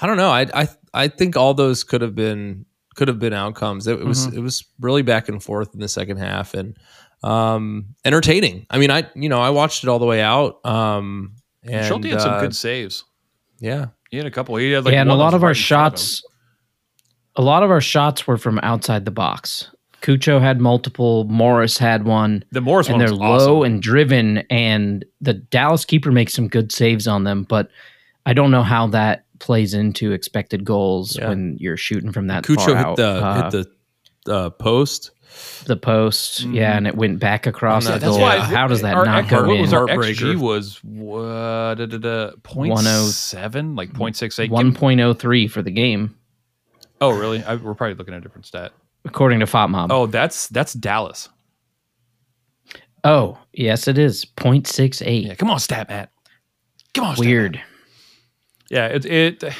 Speaker 3: I don't know. I I I think all those could have been could have been outcomes. It, was it was really back and forth in the second half and um entertaining. I mean, I you know I watched it all the way out. Um, and
Speaker 4: Schulte had some
Speaker 3: uh,
Speaker 4: good saves.
Speaker 3: yeah.
Speaker 4: He had a couple. He had like
Speaker 5: yeah, and a
Speaker 4: one that
Speaker 5: lot
Speaker 4: was
Speaker 5: of our
Speaker 4: right in front of him.
Speaker 5: shots, a lot of our shots were from outside the box. Cucho had multiple. Morris had one,
Speaker 4: The Morris
Speaker 5: and
Speaker 4: one
Speaker 5: they're
Speaker 4: was awesome.
Speaker 5: low and driven. And the Dallas keeper makes some good saves on them, but I don't know how that plays into expected goals
Speaker 3: Yeah.
Speaker 5: when you're shooting from that
Speaker 3: Cucho
Speaker 5: far
Speaker 3: hit
Speaker 5: out.
Speaker 3: the
Speaker 5: Uh,
Speaker 3: hit the uh, post.
Speaker 5: the post,
Speaker 4: Mm-hmm.
Speaker 5: yeah, and it went back
Speaker 4: Oh,
Speaker 5: across
Speaker 3: Yeah,
Speaker 5: the
Speaker 3: that's
Speaker 5: goal.
Speaker 3: why-
Speaker 5: How does that
Speaker 4: our
Speaker 5: not
Speaker 4: X-
Speaker 5: go
Speaker 4: what
Speaker 5: in?
Speaker 4: was our
Speaker 3: Heartbreaker.
Speaker 4: XG was uh, da, da, da, 0.7, like 0.68.
Speaker 5: One point oh three for the game,
Speaker 4: oh, really? I, we're probably looking at a different stat.
Speaker 5: according to FOTMob.
Speaker 4: Oh, that's that's Dallas.
Speaker 5: Oh, yes, it is 0.68.
Speaker 4: Yeah, come on, stat Matt. Come on, stat
Speaker 5: Weird.
Speaker 4: yeah it it it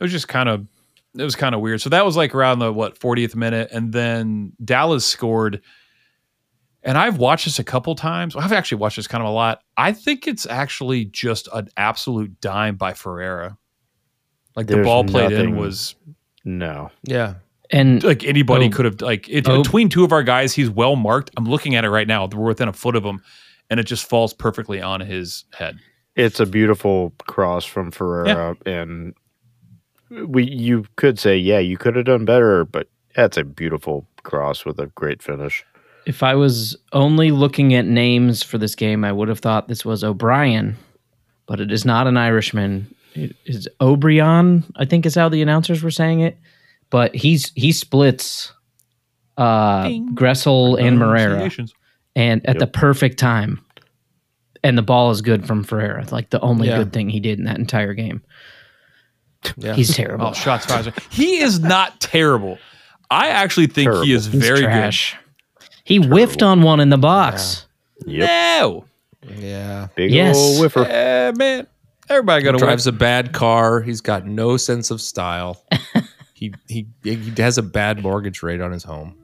Speaker 4: was just kind of it was kind of weird so that was like around the what 40th minute and then dallas scored and i've watched this a couple times i've actually watched this kind of a lot i think it's actually just an absolute dime by ferreira like the
Speaker 6: There's
Speaker 4: ball played in
Speaker 6: nothing-
Speaker 4: was
Speaker 6: no.
Speaker 3: Yeah.
Speaker 5: And
Speaker 4: like anybody
Speaker 5: Oh.
Speaker 4: could have like it's
Speaker 5: Oh.
Speaker 4: between two of our guys he's well marked i'm looking at it right now we're within a foot of him and it just falls perfectly on his head
Speaker 6: It's a beautiful cross from Ferreira, and we you could say, yeah, you could have done better, but that's a beautiful cross with a great finish.
Speaker 5: if I was only looking at names for this game, I would have thought this was O'Brien, but it is not an Irishman. It is O'Brien, I think is how the announcers were saying it. But he's he splits uh Gressel and Marrera
Speaker 4: Pronunciations.
Speaker 5: and at the perfect time. And the ball is good from Ferreira. Like the only
Speaker 3: Yeah.
Speaker 5: good thing he did in that entire game.
Speaker 3: Yeah.
Speaker 5: He's terrible.
Speaker 4: Oh, shots fired. He is not terrible. I actually think he is
Speaker 5: He's
Speaker 4: very
Speaker 5: trash. He whiffed on one in the box.
Speaker 4: good.
Speaker 6: Yep,
Speaker 4: No,
Speaker 3: Yeah.
Speaker 6: big
Speaker 5: Yes.
Speaker 6: ol' whiffer.
Speaker 4: Eh, man, everybody got to
Speaker 3: drives
Speaker 4: drive.
Speaker 3: a bad car. He's got no sense of style. he he he has a bad mortgage rate on his home.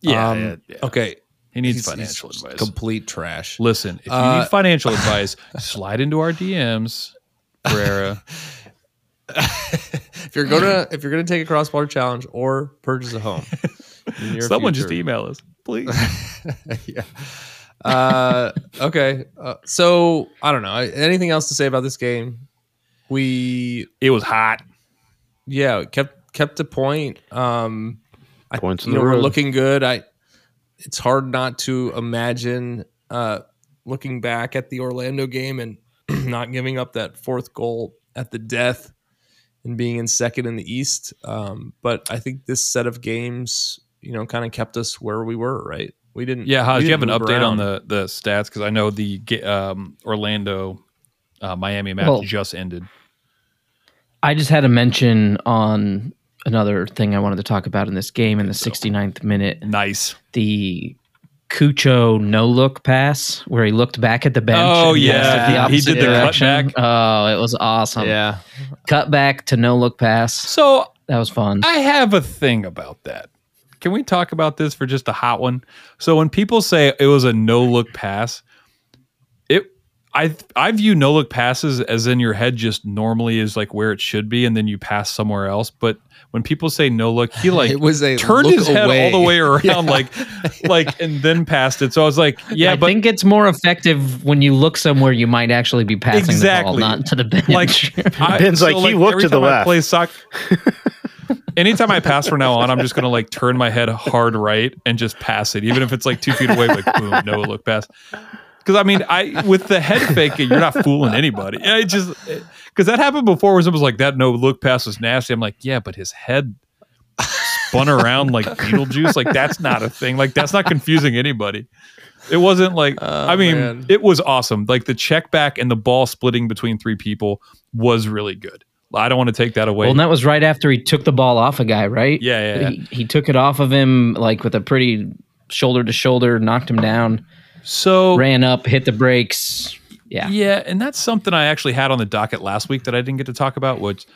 Speaker 4: Yeah,
Speaker 3: Um,
Speaker 4: yeah, yeah.
Speaker 3: Okay.
Speaker 4: he needs
Speaker 3: He's-
Speaker 4: financial
Speaker 3: he's
Speaker 4: advice.
Speaker 3: Complete trash.
Speaker 4: Listen, if you
Speaker 3: Uh,
Speaker 4: need financial advice, slide into our DMs, Pereira.
Speaker 3: If you're gonna if you're gonna take a crossbar challenge or purchase a home, in your
Speaker 4: Someone just
Speaker 3: future-
Speaker 4: email us, please.
Speaker 3: yeah. Uh, okay. Uh, so I don't know. I- Anything else to say about this game? We
Speaker 4: it was hot.
Speaker 3: yeah it kept kept the point. Um, I-
Speaker 6: Points in
Speaker 3: you
Speaker 6: the
Speaker 3: know, we're
Speaker 6: road.
Speaker 3: looking good. I. It's hard not to imagine uh, looking back at the Orlando game and not giving up that fourth goal at the death and being in second in the East. Um, but I think this set of games, you know, kind of kept us where we were. Right? We didn't.
Speaker 4: Yeah, Hodge,
Speaker 3: we
Speaker 4: do you have an
Speaker 3: didn't move
Speaker 4: update on
Speaker 3: around.
Speaker 4: the the stats? Because I know the ga- um, Orlando uh, Miami match
Speaker 5: Well-
Speaker 4: just ended.
Speaker 5: I just had a mention on another thing I wanted to talk about in this game in the 69th minute
Speaker 4: Nice.
Speaker 5: the Cucho no look pass where he looked back at the bench.
Speaker 4: Oh,
Speaker 5: and looked at
Speaker 4: yeah.
Speaker 5: the
Speaker 4: He
Speaker 5: opposite
Speaker 4: did the
Speaker 5: direction. Oh, it was
Speaker 4: um,
Speaker 5: awesome.
Speaker 3: Yeah.
Speaker 5: cut back to no look pass.
Speaker 4: So
Speaker 5: That was fun.
Speaker 4: I have a thing about that. Can we talk about this for just a hot one? So when people say it was a no look pass, it I I view no look passes as in your head just normally is like where it should be, and then you pass somewhere else. But when people say no look, he like
Speaker 3: It was a
Speaker 4: turned
Speaker 3: look
Speaker 4: his head
Speaker 3: away.
Speaker 4: all the way around, like like and then passed it. So I was like, yeah,
Speaker 5: I
Speaker 4: but
Speaker 5: think it's more effective when you look somewhere you might actually be passing
Speaker 4: Exactly.
Speaker 5: the ball, not to the bench.
Speaker 4: like I,
Speaker 6: Ben's like, "He looked
Speaker 4: every
Speaker 6: to the
Speaker 4: time I
Speaker 6: left."
Speaker 4: play soc- anytime I pass from now on, I'm just gonna like turn my head hard right and just pass it, even if it's like two feet away. Like boom, no look pass. Because I mean, I with the head fake, you're not fooling anybody. I just because that happened before, where someone was like, "That no look pass was nasty." I'm like, yeah, but his head spun around like Beetlejuice. Like that's not a thing. Like that's not confusing anybody. It wasn't like I mean,
Speaker 3: man.
Speaker 4: it was awesome. Like the check back and the ball splitting between three people was really good. I don't want to take that away.
Speaker 5: well, and that was right after he took the ball off a guy, right?
Speaker 4: Yeah, yeah, yeah.
Speaker 5: He, he took it off of him like with a pretty shoulder to shoulder, knocked him down,
Speaker 4: so
Speaker 5: ran up, hit the brakes. Yeah.
Speaker 4: Yeah, and that's something I actually had on the docket last week that I didn't get to talk about, which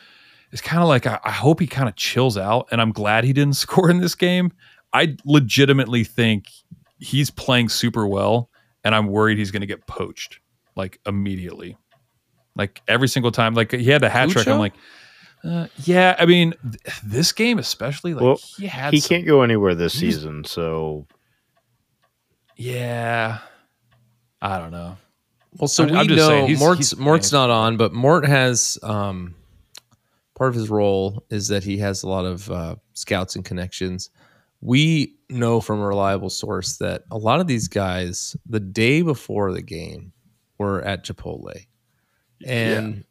Speaker 4: is kind of like I, I hope he kind of chills out, and I'm glad he didn't score in this game. I legitimately think he's playing super well, and I'm worried he's going to get poached like immediately, like every single time. Like he had the hat trick.
Speaker 3: Cucho?
Speaker 4: I'm like, uh, yeah. I mean, th- this game especially, like
Speaker 6: Well,
Speaker 4: he had
Speaker 6: he
Speaker 4: some-
Speaker 6: can't go anywhere this
Speaker 4: He's-
Speaker 6: season, so
Speaker 4: Yeah, I don't know.
Speaker 3: Well, so
Speaker 4: I'm-
Speaker 3: we
Speaker 4: I'm just
Speaker 3: know
Speaker 4: saying, he's-
Speaker 3: Mort's
Speaker 4: he's-
Speaker 3: Mort's not on, but Mort has um, part of his role is that he has a lot of uh, scouts and connections. We know from a reliable source that a lot of these guys, the day before the game, were at Chipotle, and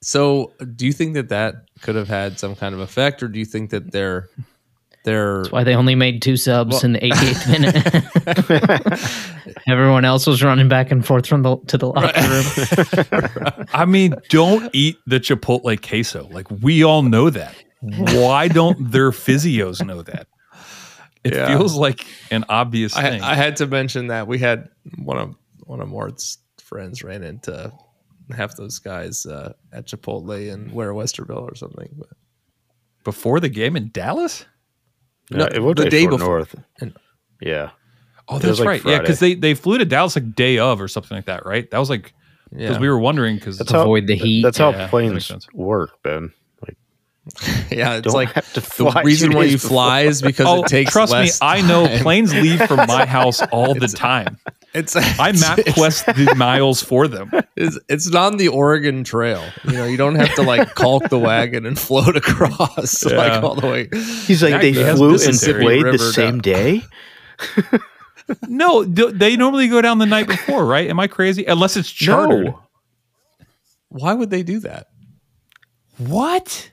Speaker 3: so do you think that that could have had some kind of effect, or do you think that they're they're
Speaker 5: Why they only made two subs in the 88th minute. Everyone else was running back and forth from the to the locker room.
Speaker 4: I mean, don't eat the Chipotle queso. Like we all know that. Why don't their physios know that? It
Speaker 3: Yeah.
Speaker 4: feels like an obvious
Speaker 3: I,
Speaker 4: thing.
Speaker 3: I had to mention that we had one of one of Mort's friends ran into half those guys uh, at Chipotle and where Westerville or something. But
Speaker 4: Before the game in Dallas?
Speaker 3: No,
Speaker 6: Uh, it was
Speaker 3: the
Speaker 6: like
Speaker 3: day
Speaker 6: Fort
Speaker 3: before-
Speaker 6: North.
Speaker 3: and-
Speaker 6: Yeah,
Speaker 4: Oh,
Speaker 6: It
Speaker 4: that's
Speaker 6: was, like,
Speaker 4: right. Yeah, because they, they flew to Dallas like day of or something like that, right? That was like because
Speaker 3: yeah,
Speaker 4: we were wondering because
Speaker 6: That's how-
Speaker 5: Avoid the
Speaker 6: that-
Speaker 5: heat.
Speaker 6: That's
Speaker 4: Yeah,
Speaker 6: how
Speaker 4: that makes
Speaker 6: planes
Speaker 4: sense.
Speaker 6: work, Ben. Like,
Speaker 3: yeah, it's
Speaker 6: don't
Speaker 3: like
Speaker 6: have to fly
Speaker 3: the reason
Speaker 6: two
Speaker 3: why
Speaker 6: days
Speaker 3: you fly is because
Speaker 4: oh,
Speaker 3: it takes.
Speaker 4: trust
Speaker 3: less
Speaker 4: me, I know
Speaker 3: time.
Speaker 4: planes leave from my house all the time.
Speaker 3: It's
Speaker 4: I map quest the miles for them.
Speaker 3: It's, it's not on the Oregon Trail. You know, you don't have to like caulk the wagon and float across
Speaker 4: Yeah.
Speaker 3: like all the way.
Speaker 6: He's like
Speaker 4: Actually, it
Speaker 6: they
Speaker 4: has
Speaker 6: flew and
Speaker 4: dysentery.
Speaker 6: played the
Speaker 3: River down.
Speaker 6: same day.
Speaker 4: No, do- they normally go down the night before, right? Am I crazy? Unless it's chartered.
Speaker 6: No,
Speaker 3: Why would they do that?
Speaker 4: What?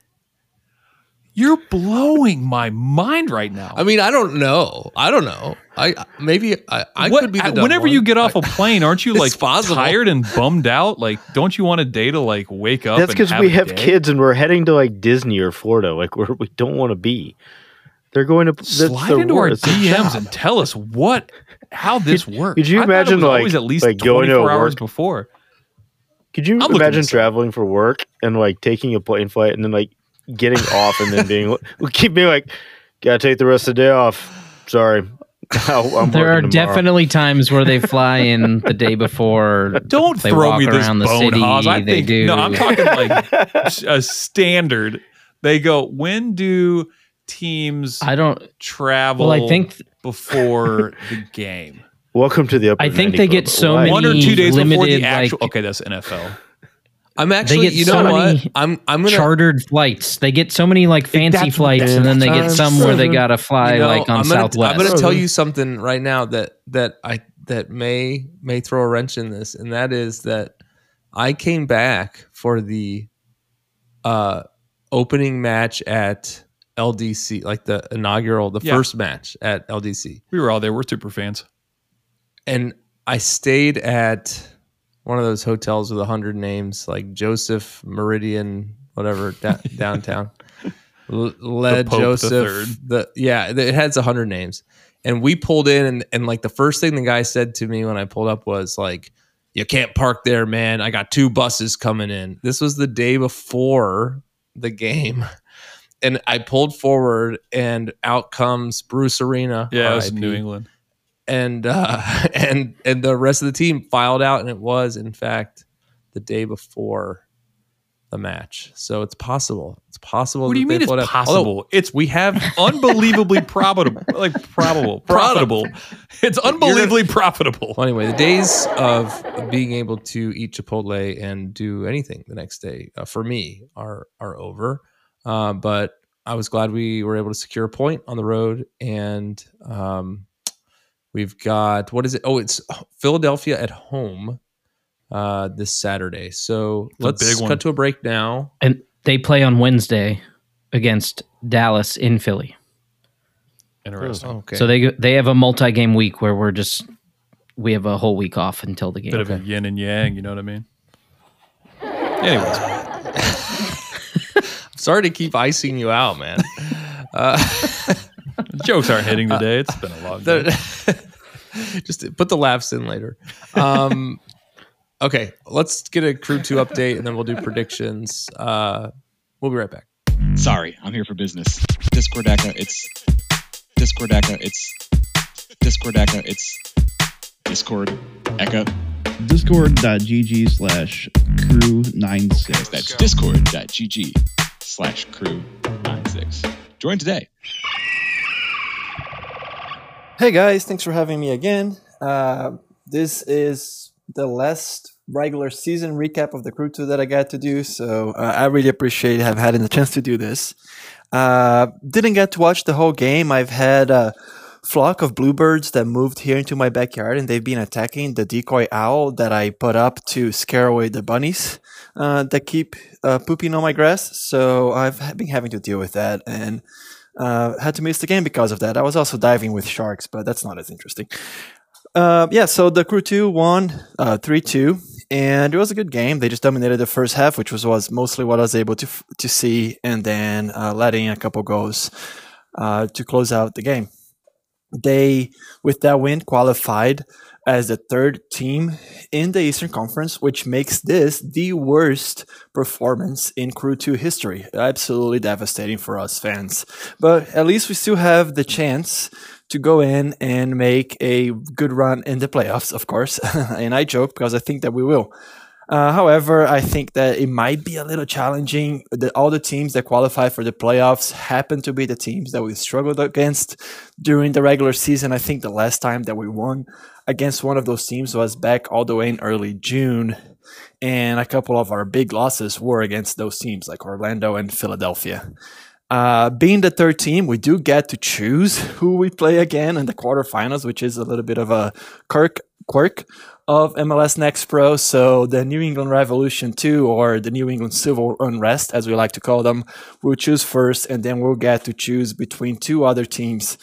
Speaker 4: You're blowing my mind right now.
Speaker 3: I mean, I don't know. I don't know. I maybe I, I
Speaker 4: What-
Speaker 3: could be the dumb
Speaker 4: whenever
Speaker 3: one.
Speaker 4: you get off
Speaker 3: I-
Speaker 4: a plane, aren't you
Speaker 3: It's
Speaker 4: like
Speaker 3: possible.
Speaker 4: tired and bummed out? Like, don't you want a day to like wake up?
Speaker 6: that's
Speaker 4: and
Speaker 6: because we
Speaker 4: a
Speaker 6: have
Speaker 4: day?
Speaker 6: kids and we're heading to like Disney or Florida, like where we don't want to be. They're going to that's
Speaker 4: Slide
Speaker 6: their
Speaker 4: into our
Speaker 6: work, it's their
Speaker 4: DMs
Speaker 6: job.
Speaker 4: and tell us what how this works.
Speaker 6: could you
Speaker 4: I thought it
Speaker 6: imagine,
Speaker 4: was always
Speaker 6: like-
Speaker 4: at least
Speaker 6: like, going to
Speaker 4: 24 hours
Speaker 6: work-
Speaker 4: before?
Speaker 6: Could you
Speaker 4: looking
Speaker 6: imagine
Speaker 4: this up.
Speaker 6: traveling for work and like taking a plane flight and then like getting off and then being we keep being like, gotta take the rest of the day off. Sorry, I'm
Speaker 5: There are
Speaker 6: working tomorrow."
Speaker 5: definitely times where they fly in the day before.
Speaker 4: Don't
Speaker 5: They
Speaker 4: throw
Speaker 5: walk
Speaker 4: me this
Speaker 5: around the
Speaker 4: bone,
Speaker 5: city,
Speaker 4: Haas. I
Speaker 5: they
Speaker 4: think
Speaker 5: do.
Speaker 4: no. I'm talking like a standard. They go. When do teams
Speaker 5: I don't.
Speaker 4: travel?
Speaker 5: Well, I think
Speaker 4: before the game.
Speaker 6: Welcome to the. Upper
Speaker 5: I think
Speaker 6: 90
Speaker 5: they
Speaker 6: Club.
Speaker 5: get so
Speaker 6: Why?
Speaker 5: many-
Speaker 4: one or two days before
Speaker 5: limited,
Speaker 4: the actual.
Speaker 5: like-
Speaker 4: okay, that's NFL.
Speaker 3: I'm actually,
Speaker 5: get
Speaker 3: you know
Speaker 5: so
Speaker 3: what?
Speaker 5: many
Speaker 3: I'm I'm gonna
Speaker 5: Chartered flights. They get so many like
Speaker 4: That's
Speaker 5: fancy
Speaker 4: what
Speaker 5: flights, and then they get
Speaker 3: I'm
Speaker 5: some where they
Speaker 3: saying.
Speaker 5: gotta fly
Speaker 3: you know,
Speaker 5: like on
Speaker 3: I'm gonna,
Speaker 5: Southwest.
Speaker 3: I'm going to tell you something right now that that I that may may throw a wrench in this, and that is that I came back for the uh opening match at LDC, like the inaugural, the
Speaker 4: Yeah.
Speaker 3: first match at LDC,
Speaker 4: We were all there. We're super fans.
Speaker 3: and I stayed at one of those hotels with a hundred names, like Joseph Meridian, whatever da- downtown. L- Led
Speaker 4: Pope the Third.
Speaker 3: Joseph, the, yeah, th- it has a hundred names. And we pulled in, and, and like the first thing the guy said to me when I pulled up was like, "You can't park there, man. I got two buses coming in." This was the day before the game, and I pulled forward, and out comes Bruce Arena.
Speaker 4: Yeah, it was
Speaker 3: RIP
Speaker 4: New England.
Speaker 3: and uh, and and the rest of the team filed out, and it was in fact the day before the match. So it's possible. It's possible.
Speaker 4: What
Speaker 3: that
Speaker 4: do you
Speaker 3: they
Speaker 4: mean it's
Speaker 3: pulled out.
Speaker 4: possible?
Speaker 3: Although,
Speaker 4: it's
Speaker 3: we have
Speaker 4: unbelievably profitable, like probable, profitable. It's unbelievably profitable.
Speaker 3: well, anyway the days of being able to eat Chipotle and do anything the next day uh, for me are are over. Uh, but I was glad we were able to secure a point on the road, and um, we've got what is it? Oh, it's Philadelphia at home uh, this Saturday. So
Speaker 4: a big
Speaker 3: let's
Speaker 4: one.
Speaker 3: cut to a break now.
Speaker 5: and they play on Wednesday against Dallas in Philly.
Speaker 4: Interesting.
Speaker 3: Okay.
Speaker 5: So they they have a multi game week where we're just we have a whole week off until the game.
Speaker 4: Bit of a yin and yang. You know what I mean? Anyways,
Speaker 3: Sorry to keep icing you out, man.
Speaker 4: jokes aren't hitting today. It's been a long day.
Speaker 3: just to put the laughs in later. Um, okay, let's get a crew two update and then we'll do predictions. Uh, we'll be right back.
Speaker 8: Sorry, I'm here for business. Discordaca, it's Discord Echo, it's Discord Echo, it's Discord Echo.
Speaker 9: discord.gg slash crew96
Speaker 8: That's discord.gg slash crew96. Join today.
Speaker 10: Hey guys, thanks for having me again. Uh, this is the last regular season recap of the crew two that I got to do, so uh, I really appreciate have had the chance to do this. Uh, didn't get to watch the whole game. I've had a flock of bluebirds that moved here into my backyard, and they've been attacking the decoy owl that I put up to scare away the bunnies uh, that keep uh, pooping on my grass. So I've ha- been having to deal with that, and uh, had to miss the game because of that. I was also diving with sharks, but that's not as interesting. Uh, yeah, so the crew two won uh, three two, and it was a good game. They just dominated the first half, which was, was mostly what I was able to f- to see, and then uh, letting a couple goals uh, to close out the game. They, with that win, qualified as the third team in the Eastern Conference, which makes this the worst performance in Crew 2 history. Absolutely devastating for us fans. But at least we still have the chance to go in and make a good run in the playoffs, of course. and I joke because I think that we will. Uh, however, I think that it might be a little challenging. The, all the teams that qualify for the playoffs happen to be the teams that we struggled against during the regular season. I think the last time that we won against one of those teams was back all the way in early June. And a couple of our big losses were against those teams, like Orlando and Philadelphia. Uh, being the third team, we do get to choose who we play again in the quarterfinals, which is a little bit of a quirk, quirk of MLS Next Pro. So the New England Revolution 2 or the New England Civil Unrest, as we like to call them, we'll choose first, and then we'll get to choose between two other teams.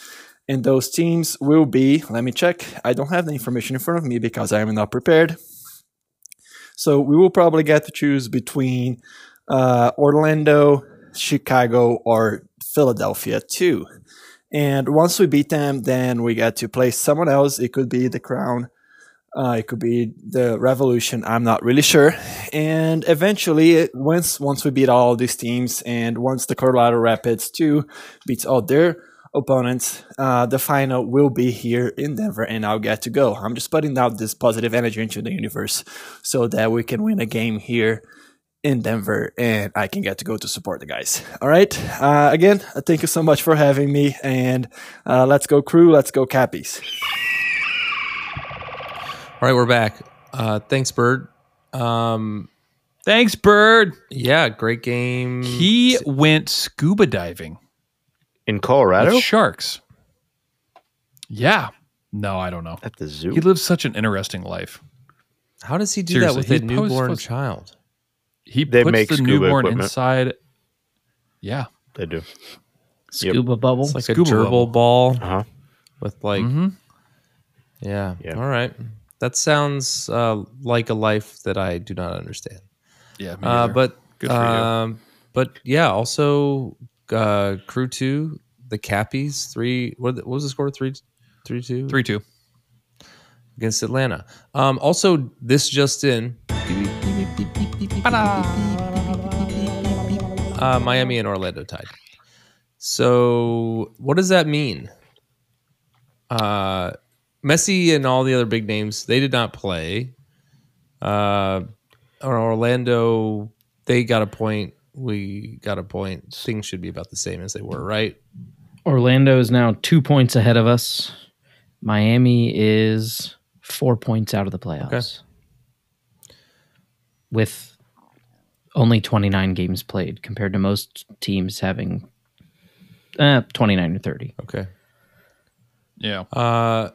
Speaker 10: And those teams will be, let me check. I don't have the information in front of me because I am not prepared. So we will probably get to choose between uh, Orlando, Chicago, or Philadelphia too. And once we beat them, then we get to play someone else. It could be the Crown, uh, it could be the Revolution. I'm not really sure. And eventually, it- once once we beat all these teams, and once the Colorado Rapids too beats all their opponents, uh, the final will be here in Denver, and I'll get to go. I'm just putting out this positive energy into the universe so that we can win a game here in Denver and I can get to go to support the guys. All right. Uh, again, uh, thank you so much for having me. And uh, let's go, crew. Let's go, Cappies.
Speaker 3: All right, we're back. Uh, thanks, Bird. Um,
Speaker 4: Thanks, Bird.
Speaker 3: Yeah, great game.
Speaker 4: He went scuba diving
Speaker 6: in
Speaker 4: with
Speaker 6: Colorado
Speaker 4: sharks. Yeah. No, I don't know.
Speaker 6: at the zoo.
Speaker 4: He lives such an interesting life.
Speaker 3: How does he do
Speaker 4: Seriously,
Speaker 3: that with a
Speaker 4: he's post-
Speaker 3: newborn
Speaker 4: post-
Speaker 3: child?
Speaker 4: He
Speaker 6: They
Speaker 4: puts
Speaker 6: make
Speaker 4: the
Speaker 6: scuba
Speaker 4: newborn
Speaker 6: equipment.
Speaker 4: inside. Yeah.
Speaker 6: They do. Yep.
Speaker 5: Scuba bubble.
Speaker 3: It's like
Speaker 4: Scuba
Speaker 3: a gerbil Uh-huh. Mm-hmm.
Speaker 4: bubble.
Speaker 3: ball
Speaker 6: Uh huh.
Speaker 3: with like,
Speaker 4: Mm-hmm.
Speaker 3: yeah.
Speaker 6: Yeah.
Speaker 3: All right. That sounds uh, like a life that I do not understand.
Speaker 4: Yeah. me
Speaker 3: Uh,
Speaker 4: neither.
Speaker 3: but
Speaker 4: Good for you.
Speaker 3: um, but yeah, also uh, crew two, the Cappies three. What, what was the score? Three, three two
Speaker 4: 3 2.
Speaker 3: against Atlanta. Um, also, this just in. Uh, Miami and Orlando tied. So, what does that mean? Uh, Messi and all the other big names they did not play. Uh, or Orlando they got a point. We got a point. Things should be about the same as they were, right?
Speaker 5: Orlando is now two points ahead of us. Miami is four points out of the playoffs. With only 29 games played compared to most teams having uh, 29 or 30.
Speaker 3: Okay.
Speaker 4: Yeah.
Speaker 3: Uh,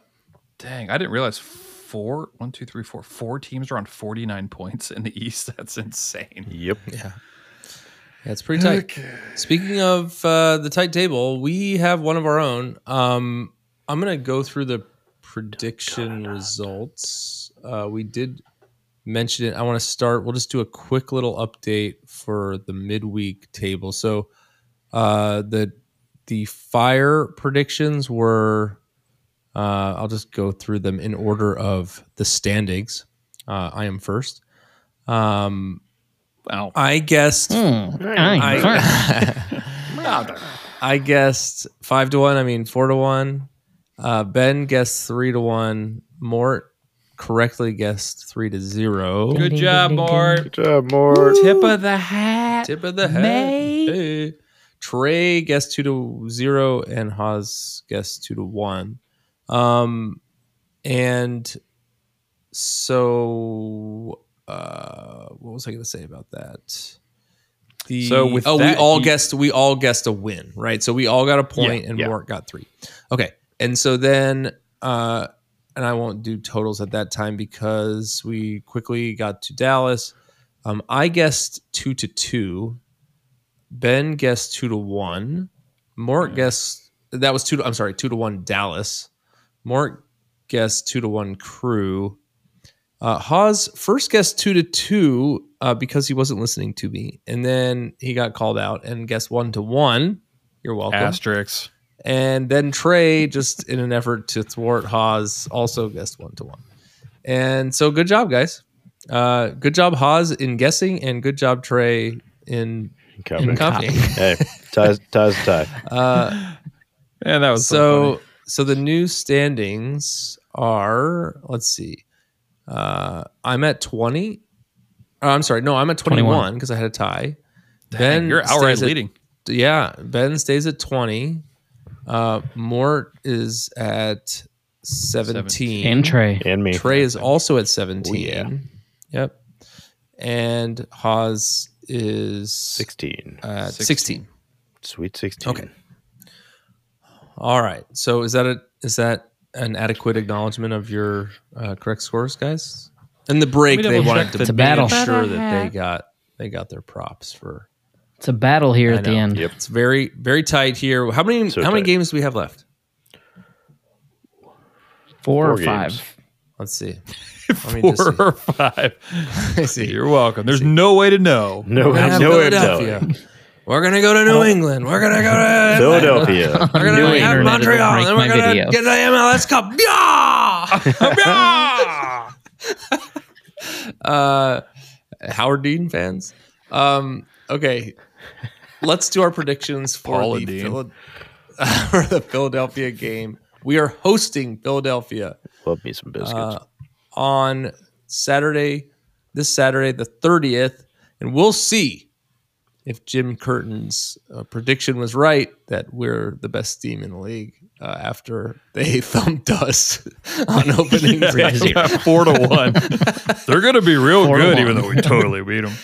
Speaker 4: Dang. I didn't realize four, one, two, three, four, four teams are on 49 points in the East. That's insane.
Speaker 6: Yep.
Speaker 3: Yeah, it's pretty tight. Speaking of uh, the tight table, we have one of our own. Um, I'm going to go through the prediction results. Uh, we did mention it. I want to start. We'll just do a quick little update for the midweek table. So uh, the the fire predictions were. Uh, I'll just go through them in order of the standings. Uh, I am first. Um,
Speaker 4: Wow.
Speaker 3: I guessed
Speaker 5: Hmm.
Speaker 3: I, I guessed five to one. I mean four to one. Uh, ben guessed three to one. Mort correctly guessed three to zero.
Speaker 4: Good job, Bart.
Speaker 6: Good job, Mort.
Speaker 4: Tip of the hat.
Speaker 3: Tip of the head. Hey. Trey guessed two to zero, and Haas guessed two to one. Um, and so, uh, what was I going to say about that? The,
Speaker 4: So with
Speaker 3: oh,
Speaker 4: that,
Speaker 3: we all
Speaker 4: he-
Speaker 3: guessed we all guessed a win, right? So we all got a point, and
Speaker 6: yeah.
Speaker 3: Mort got three. Okay, and so then, uh, and I won't do totals at that time because we quickly got to Dallas. Um, I guessed two to two. Ben guessed two to one. Mort guessed that was two. To, I'm sorry, two to one Dallas. Mort guessed two to one Crew. Uh, Hawes first guessed two to two uh, because he wasn't listening to me, and then he got called out and guessed one to one. You're welcome.
Speaker 4: Asterix.
Speaker 3: And then Trey, just in an effort to thwart Haas, also guessed one to one. And so good job, guys. Uh, good job, Haas, in guessing, and good job, Trey, in, in
Speaker 6: Incoming.
Speaker 3: copying.
Speaker 6: Hey, ties, ties, tie.
Speaker 3: Uh,
Speaker 4: Yeah, that was
Speaker 3: so, so the new standings are let's see. Uh, I'm at 20. Oh, I'm sorry. No, I'm at 21
Speaker 5: 21.
Speaker 3: because I had a tie.
Speaker 4: Dang, you're outright
Speaker 3: stays at-
Speaker 4: leading.
Speaker 3: yeah, Ben stays at 20. Uh, Mort is at 17.
Speaker 5: And Trey.
Speaker 6: And me.
Speaker 3: Trey is also at 17.
Speaker 6: yeah.
Speaker 3: Yep. And Haas is
Speaker 6: 16.
Speaker 3: at 16.
Speaker 6: Sweet 16.
Speaker 3: Uh, Okay. All right. So is that a is that an adequate acknowledgement of your uh, correct scores, guys? And the break
Speaker 4: Let me
Speaker 3: they
Speaker 4: double
Speaker 3: wanted
Speaker 4: check
Speaker 3: to
Speaker 4: the
Speaker 3: make
Speaker 5: battle.
Speaker 3: sure that they got they got their props for
Speaker 5: It's a battle here
Speaker 3: I
Speaker 5: at the
Speaker 3: know.
Speaker 5: end.
Speaker 6: Yep.
Speaker 3: It's very very tight here. How many
Speaker 6: So
Speaker 3: how many
Speaker 6: tight.
Speaker 3: games do we have left?
Speaker 5: Four,
Speaker 6: Four
Speaker 5: or
Speaker 6: games.
Speaker 5: five.
Speaker 3: Let's see. Let me
Speaker 4: Four
Speaker 3: just
Speaker 4: or five.
Speaker 3: see.
Speaker 4: You're welcome. There's no way to know.
Speaker 6: No,
Speaker 3: We're gonna have
Speaker 6: no way of
Speaker 3: Philadelphia.
Speaker 6: telling.
Speaker 3: We're gonna go to
Speaker 4: Oh.
Speaker 3: New England. We're gonna go to
Speaker 6: Philadelphia.
Speaker 3: We're gonna
Speaker 5: New
Speaker 3: have
Speaker 5: Internet will
Speaker 3: Montreal.
Speaker 5: break
Speaker 3: Then we're
Speaker 5: my
Speaker 3: gonna
Speaker 5: video.
Speaker 3: get the MLS Cup. Yeah! Yeah! uh, Howard Dean fans. Um, okay, let's do our predictions for
Speaker 4: Paula
Speaker 3: the
Speaker 4: Dean.
Speaker 3: Phila- for the Philadelphia game. We are hosting Philadelphia
Speaker 6: Love me some biscuits.
Speaker 3: Uh, on Saturday, this Saturday, the 30th. And we'll see if Jim Curtin's uh, prediction was right that we're the best team in the league uh, after they thumped us on opening day.
Speaker 4: Yeah, four to one. They're going to be real
Speaker 5: to
Speaker 4: good,
Speaker 5: one.
Speaker 4: even though we totally beat them.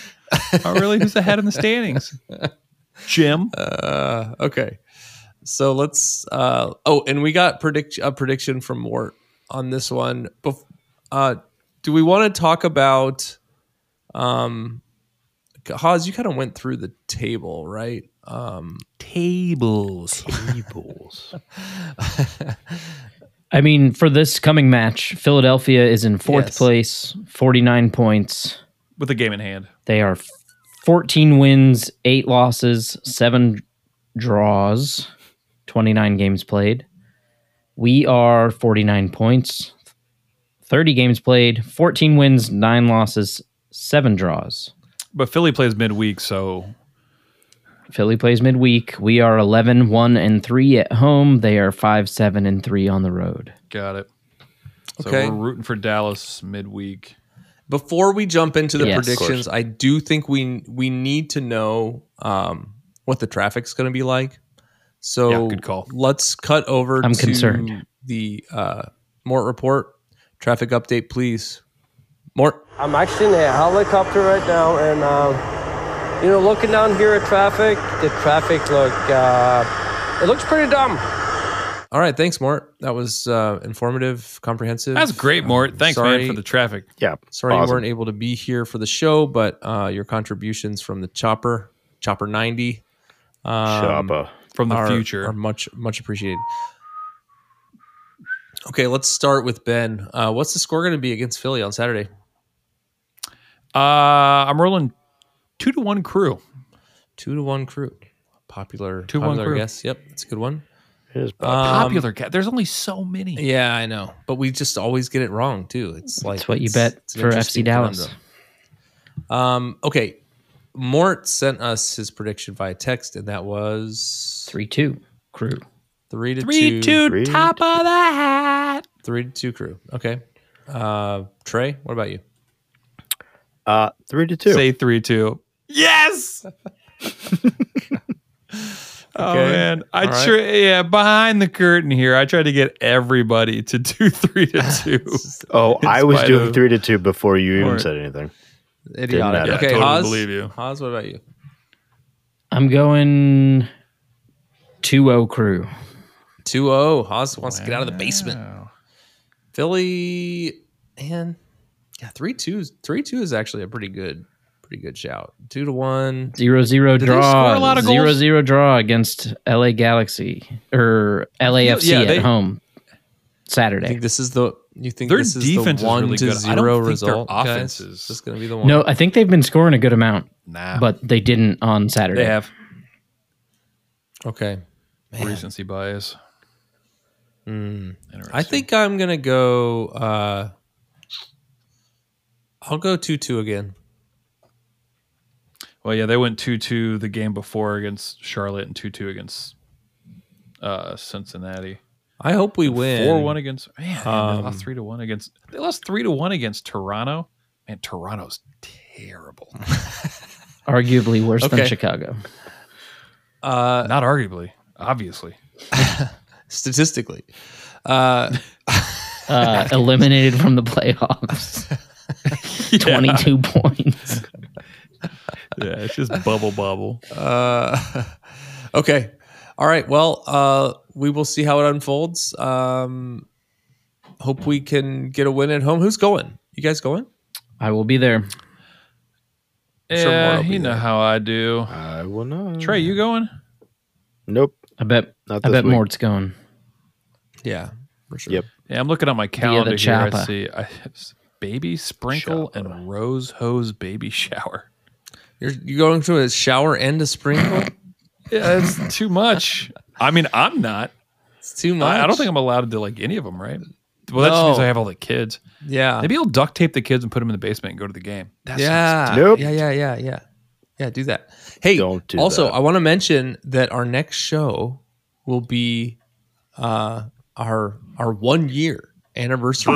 Speaker 4: Oh, really? Who's ahead in the standings? Jim.
Speaker 3: Uh, okay. So let's. Uh, oh, and we got predict a prediction from Mort on this one. Bef- uh, do we want to talk about? Um, Haas, you kind of went through the table, right? Um,
Speaker 4: Tables.
Speaker 3: Uh,
Speaker 6: Tables.
Speaker 5: I mean, for this coming match, Philadelphia is in fourth
Speaker 3: Yes.
Speaker 5: place, 49 points.
Speaker 4: With a game in hand.
Speaker 5: They are 14 wins, eight losses, seven draws, 29 games played. We are 49 points, 30 games played, 14 wins, nine losses, seven draws.
Speaker 4: But Philly plays midweek, so
Speaker 5: Philly plays midweek. We are 11 1 and 3 at home. They are 5 7 and 3 on the road.
Speaker 4: got it. So
Speaker 3: Okay.
Speaker 4: we're rooting for Dallas midweek.
Speaker 3: before we jump into the
Speaker 5: Yes. Of
Speaker 3: predictions, I do think we we need to know um, what the traffic's going to be like. So
Speaker 4: Yeah, good call.
Speaker 3: Let's cut over.
Speaker 5: I'm
Speaker 3: to
Speaker 5: concerned.
Speaker 3: The uh, Mort report, traffic update, please. Mort.
Speaker 11: I'm actually in a helicopter right now, and um, you know, looking down here at traffic, the traffic look, uh, it looks pretty dumb.
Speaker 3: All right, thanks, Mort. That was uh, informative, comprehensive.
Speaker 4: That's great, Mort. Thanks,
Speaker 3: sorry-
Speaker 4: man, for the traffic.
Speaker 6: Yeah.
Speaker 3: Sorry you
Speaker 6: Awesome.
Speaker 3: weren't able to be here for the show, but uh, your contributions from the chopper, chopper ninety, um,
Speaker 6: Shabba.
Speaker 4: From the
Speaker 3: are,
Speaker 4: future.
Speaker 3: are much much appreciated. Okay, let's start with Ben. Uh, what's the score going to be against Philly on Saturday?
Speaker 4: Uh, I'm rolling two to one crew.
Speaker 3: Two to one crew. Popular
Speaker 4: Two to one
Speaker 3: popular
Speaker 4: crew.
Speaker 3: guess. Yep, it's a good one.
Speaker 6: It is
Speaker 4: uh,
Speaker 3: Um,
Speaker 4: Popular cat. There's only so many.
Speaker 3: Yeah, I know, but we just always get it wrong too. It's like
Speaker 5: That's what you
Speaker 3: it's-
Speaker 5: bet
Speaker 3: it's an
Speaker 5: for
Speaker 3: interesting
Speaker 5: FC Dallas.
Speaker 3: conundrum. Um, okay, Mort sent us his prediction via text, and that was
Speaker 5: 3 2 crew.
Speaker 3: three to
Speaker 4: Three,
Speaker 3: two,
Speaker 4: two,
Speaker 6: Three.
Speaker 4: top of the hat.
Speaker 3: three to two crew. Okay, uh, Trey, what about you?
Speaker 6: uh, three to two.
Speaker 4: Say three, two. Yes. Oh
Speaker 3: Okay.
Speaker 4: man, I
Speaker 3: All right.
Speaker 4: tr- yeah behind the curtain here. I tried to get everybody to do three to two.
Speaker 6: oh,
Speaker 4: in
Speaker 6: I was
Speaker 4: spite
Speaker 6: doing
Speaker 4: of-
Speaker 6: three to two before you even
Speaker 4: Alright.
Speaker 6: said anything.
Speaker 3: Idiotic.
Speaker 6: matter.
Speaker 4: Yeah,
Speaker 3: okay,
Speaker 4: totally
Speaker 3: Haas,
Speaker 4: believe you.
Speaker 3: Haas, what about you?
Speaker 5: I'm going 2 0 crew.
Speaker 3: 2-0. oh, Haas wants to get out of the basement. Philly and yeah, three two three two is actually a pretty good pretty good shout. Two to one.
Speaker 5: Zero zero
Speaker 4: Did they
Speaker 5: draw.
Speaker 4: score a lot of
Speaker 5: Zero
Speaker 4: goals?
Speaker 5: zero draw against LA Galaxy or LAFC
Speaker 4: Yeah, they-
Speaker 5: at home
Speaker 3: I
Speaker 5: Saturday.
Speaker 3: think this is the you think
Speaker 4: Their
Speaker 3: this is
Speaker 4: defense
Speaker 3: the
Speaker 4: is
Speaker 3: one
Speaker 4: really
Speaker 3: to
Speaker 4: good. I don't
Speaker 3: zero
Speaker 4: think their
Speaker 3: result. guys?
Speaker 4: offense is-
Speaker 3: This is going to be the one.
Speaker 5: No, I think they've been scoring a good amount,
Speaker 4: Nah,
Speaker 5: but they didn't on Saturday.
Speaker 4: they have
Speaker 3: Okay.
Speaker 4: recency bias. Interesting.
Speaker 3: I think I'm going to go. uh I'll go two two again.
Speaker 4: Well, yeah, they went two two the game before against Charlotte and two two against uh, Cincinnati.
Speaker 3: I hope we win.
Speaker 4: Four one against man. they
Speaker 3: Um,
Speaker 4: lost three to one against. They lost three to one against Toronto. Man, Toronto's terrible.
Speaker 5: Arguably worse
Speaker 3: Okay.
Speaker 5: than Chicago.
Speaker 3: Uh,
Speaker 4: Not arguably, obviously.
Speaker 3: statistically, uh,
Speaker 5: Uh, eliminated from the playoffs. 22 points.
Speaker 4: Yeah, it's just bubble bubble.
Speaker 3: uh, okay. All right. Well, uh, we will see how it unfolds. Um, hope we can get a win at home. Who's going? You guys going?
Speaker 5: I will be there.
Speaker 3: sure Mora
Speaker 4: Yeah,
Speaker 3: will be
Speaker 4: you know
Speaker 3: there.
Speaker 4: how I do.
Speaker 6: I will not.
Speaker 4: Trey, you going?
Speaker 6: Nope.
Speaker 5: I bet
Speaker 6: Not
Speaker 5: I
Speaker 6: this
Speaker 5: bet
Speaker 6: week.
Speaker 5: Mort's going.
Speaker 3: Yeah, for sure.
Speaker 6: Yep.
Speaker 4: Yeah, I'm looking at my calendar here. I
Speaker 5: chopper.
Speaker 4: see I it's baby sprinkle and rose hose baby shower.
Speaker 3: You're, you're going to a shower and a sprinkle.
Speaker 4: Yeah, it's too much. I mean, I'm not.
Speaker 3: It's too much.
Speaker 4: I, I don't think I'm allowed to do like any of them, right? Well, that just
Speaker 3: No.
Speaker 4: means I have all the kids.
Speaker 3: Yeah.
Speaker 4: Maybe I'll duct tape the kids and put them in the basement and go to the game. That's
Speaker 3: yeah.
Speaker 6: Nope.
Speaker 3: Yeah. Yeah. Yeah. Yeah. Yeah. Do that. Hey.
Speaker 6: Don't do
Speaker 3: also,
Speaker 6: that.
Speaker 3: I want to mention that our next show will be uh, our our one year anniversary.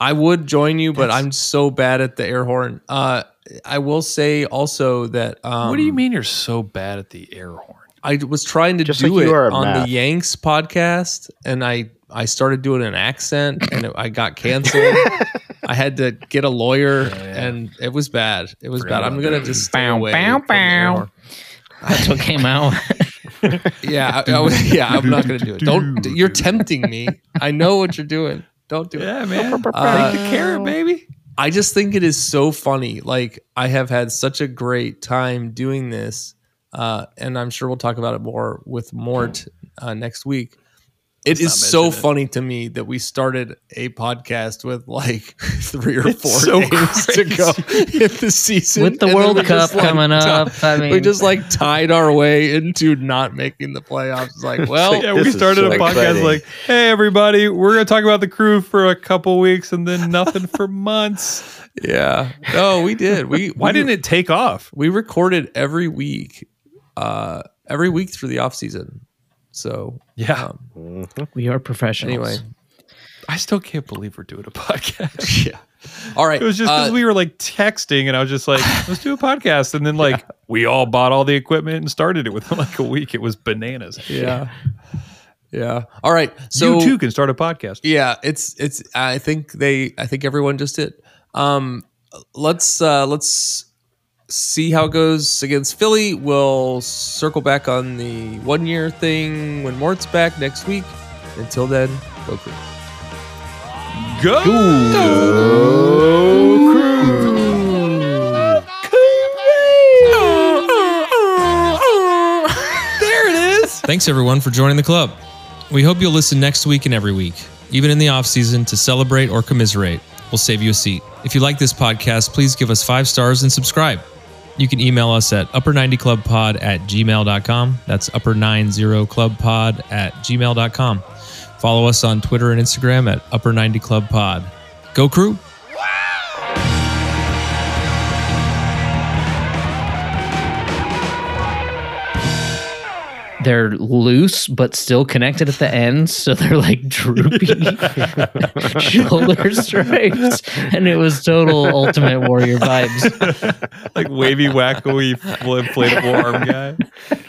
Speaker 3: I would join you, but I'm so bad at the air horn. Uh, I will say also that. Um,
Speaker 4: what do you mean you're so bad at the air horn?
Speaker 3: I was trying to
Speaker 6: Just
Speaker 3: do
Speaker 6: like you
Speaker 3: it
Speaker 6: are at
Speaker 3: on
Speaker 6: math.
Speaker 3: the Yanks podcast, and I I started doing an accent and it, I got canceled. I had to get a lawyer, and it was bad. It was bad. I'm gonna just stay
Speaker 5: bow
Speaker 3: away
Speaker 5: bow
Speaker 3: from the
Speaker 5: bow.
Speaker 3: AR.
Speaker 5: That's what came out.
Speaker 3: Yeah, I, I was- yeah. I'm not gonna do it. Don't. You're tempting me. I know what you're doing. Don't do it.
Speaker 4: Yeah, man.
Speaker 3: Uh,
Speaker 4: Take the carrot, baby.
Speaker 3: I just think it is so funny. Like I have had such a great time doing this, uh, and I'm sure we'll talk about it more with Mort uh, next week. It is so funny to me that we started a podcast with like three or four
Speaker 4: so
Speaker 3: games to go in the season,
Speaker 5: With the
Speaker 3: and then
Speaker 5: World
Speaker 3: we just,
Speaker 5: Cup
Speaker 3: like,
Speaker 5: coming
Speaker 3: ti-
Speaker 5: up, I
Speaker 3: we
Speaker 5: mean-
Speaker 3: just like tied our way into not making the playoffs. It's like, well,
Speaker 4: Yeah, we
Speaker 6: Oh, This is
Speaker 4: started
Speaker 6: so
Speaker 4: a podcast
Speaker 6: exciting.
Speaker 4: like, hey, everybody, we're going to talk about the crew for a couple weeks and then nothing for months.
Speaker 3: yeah, no, we did. We
Speaker 4: Why didn't it take off?
Speaker 3: we recorded every week uh every week through the off season so
Speaker 4: Yeah.
Speaker 3: um,
Speaker 5: we are professionals.
Speaker 3: anyway
Speaker 4: I still can't believe we're doing a podcast.
Speaker 3: yeah all right
Speaker 4: It was just because
Speaker 3: uh,
Speaker 4: we were like texting, and I was just like, "Let's do a podcast." And then like we all bought all the equipment and started it within like a week. It was bananas.
Speaker 3: yeah yeah all right so
Speaker 4: you too can start a podcast.
Speaker 3: yeah it's it's i think they i think everyone just did um let's uh let's see how it goes against philly we'll circle back on the one year thing when mort's back next week until then go Crew.
Speaker 4: Go.
Speaker 12: Thanks everyone for joining the club. We hope you'll listen next week and every week, even in the off season to celebrate or commiserate. We'll save you a seat. If you like this podcast, please give us five stars and subscribe. You can email us at upper90clubpod at gmail.com. That's upper90clubpod at gmail.com. Follow us on Twitter and Instagram at upper90clubpod. Go crew!
Speaker 5: They're loose but still connected at the ends, so they're like droopy shoulder stripes, and it was total Ultimate Warrior vibes.
Speaker 4: like wavy, wackily, inflatable arm guy.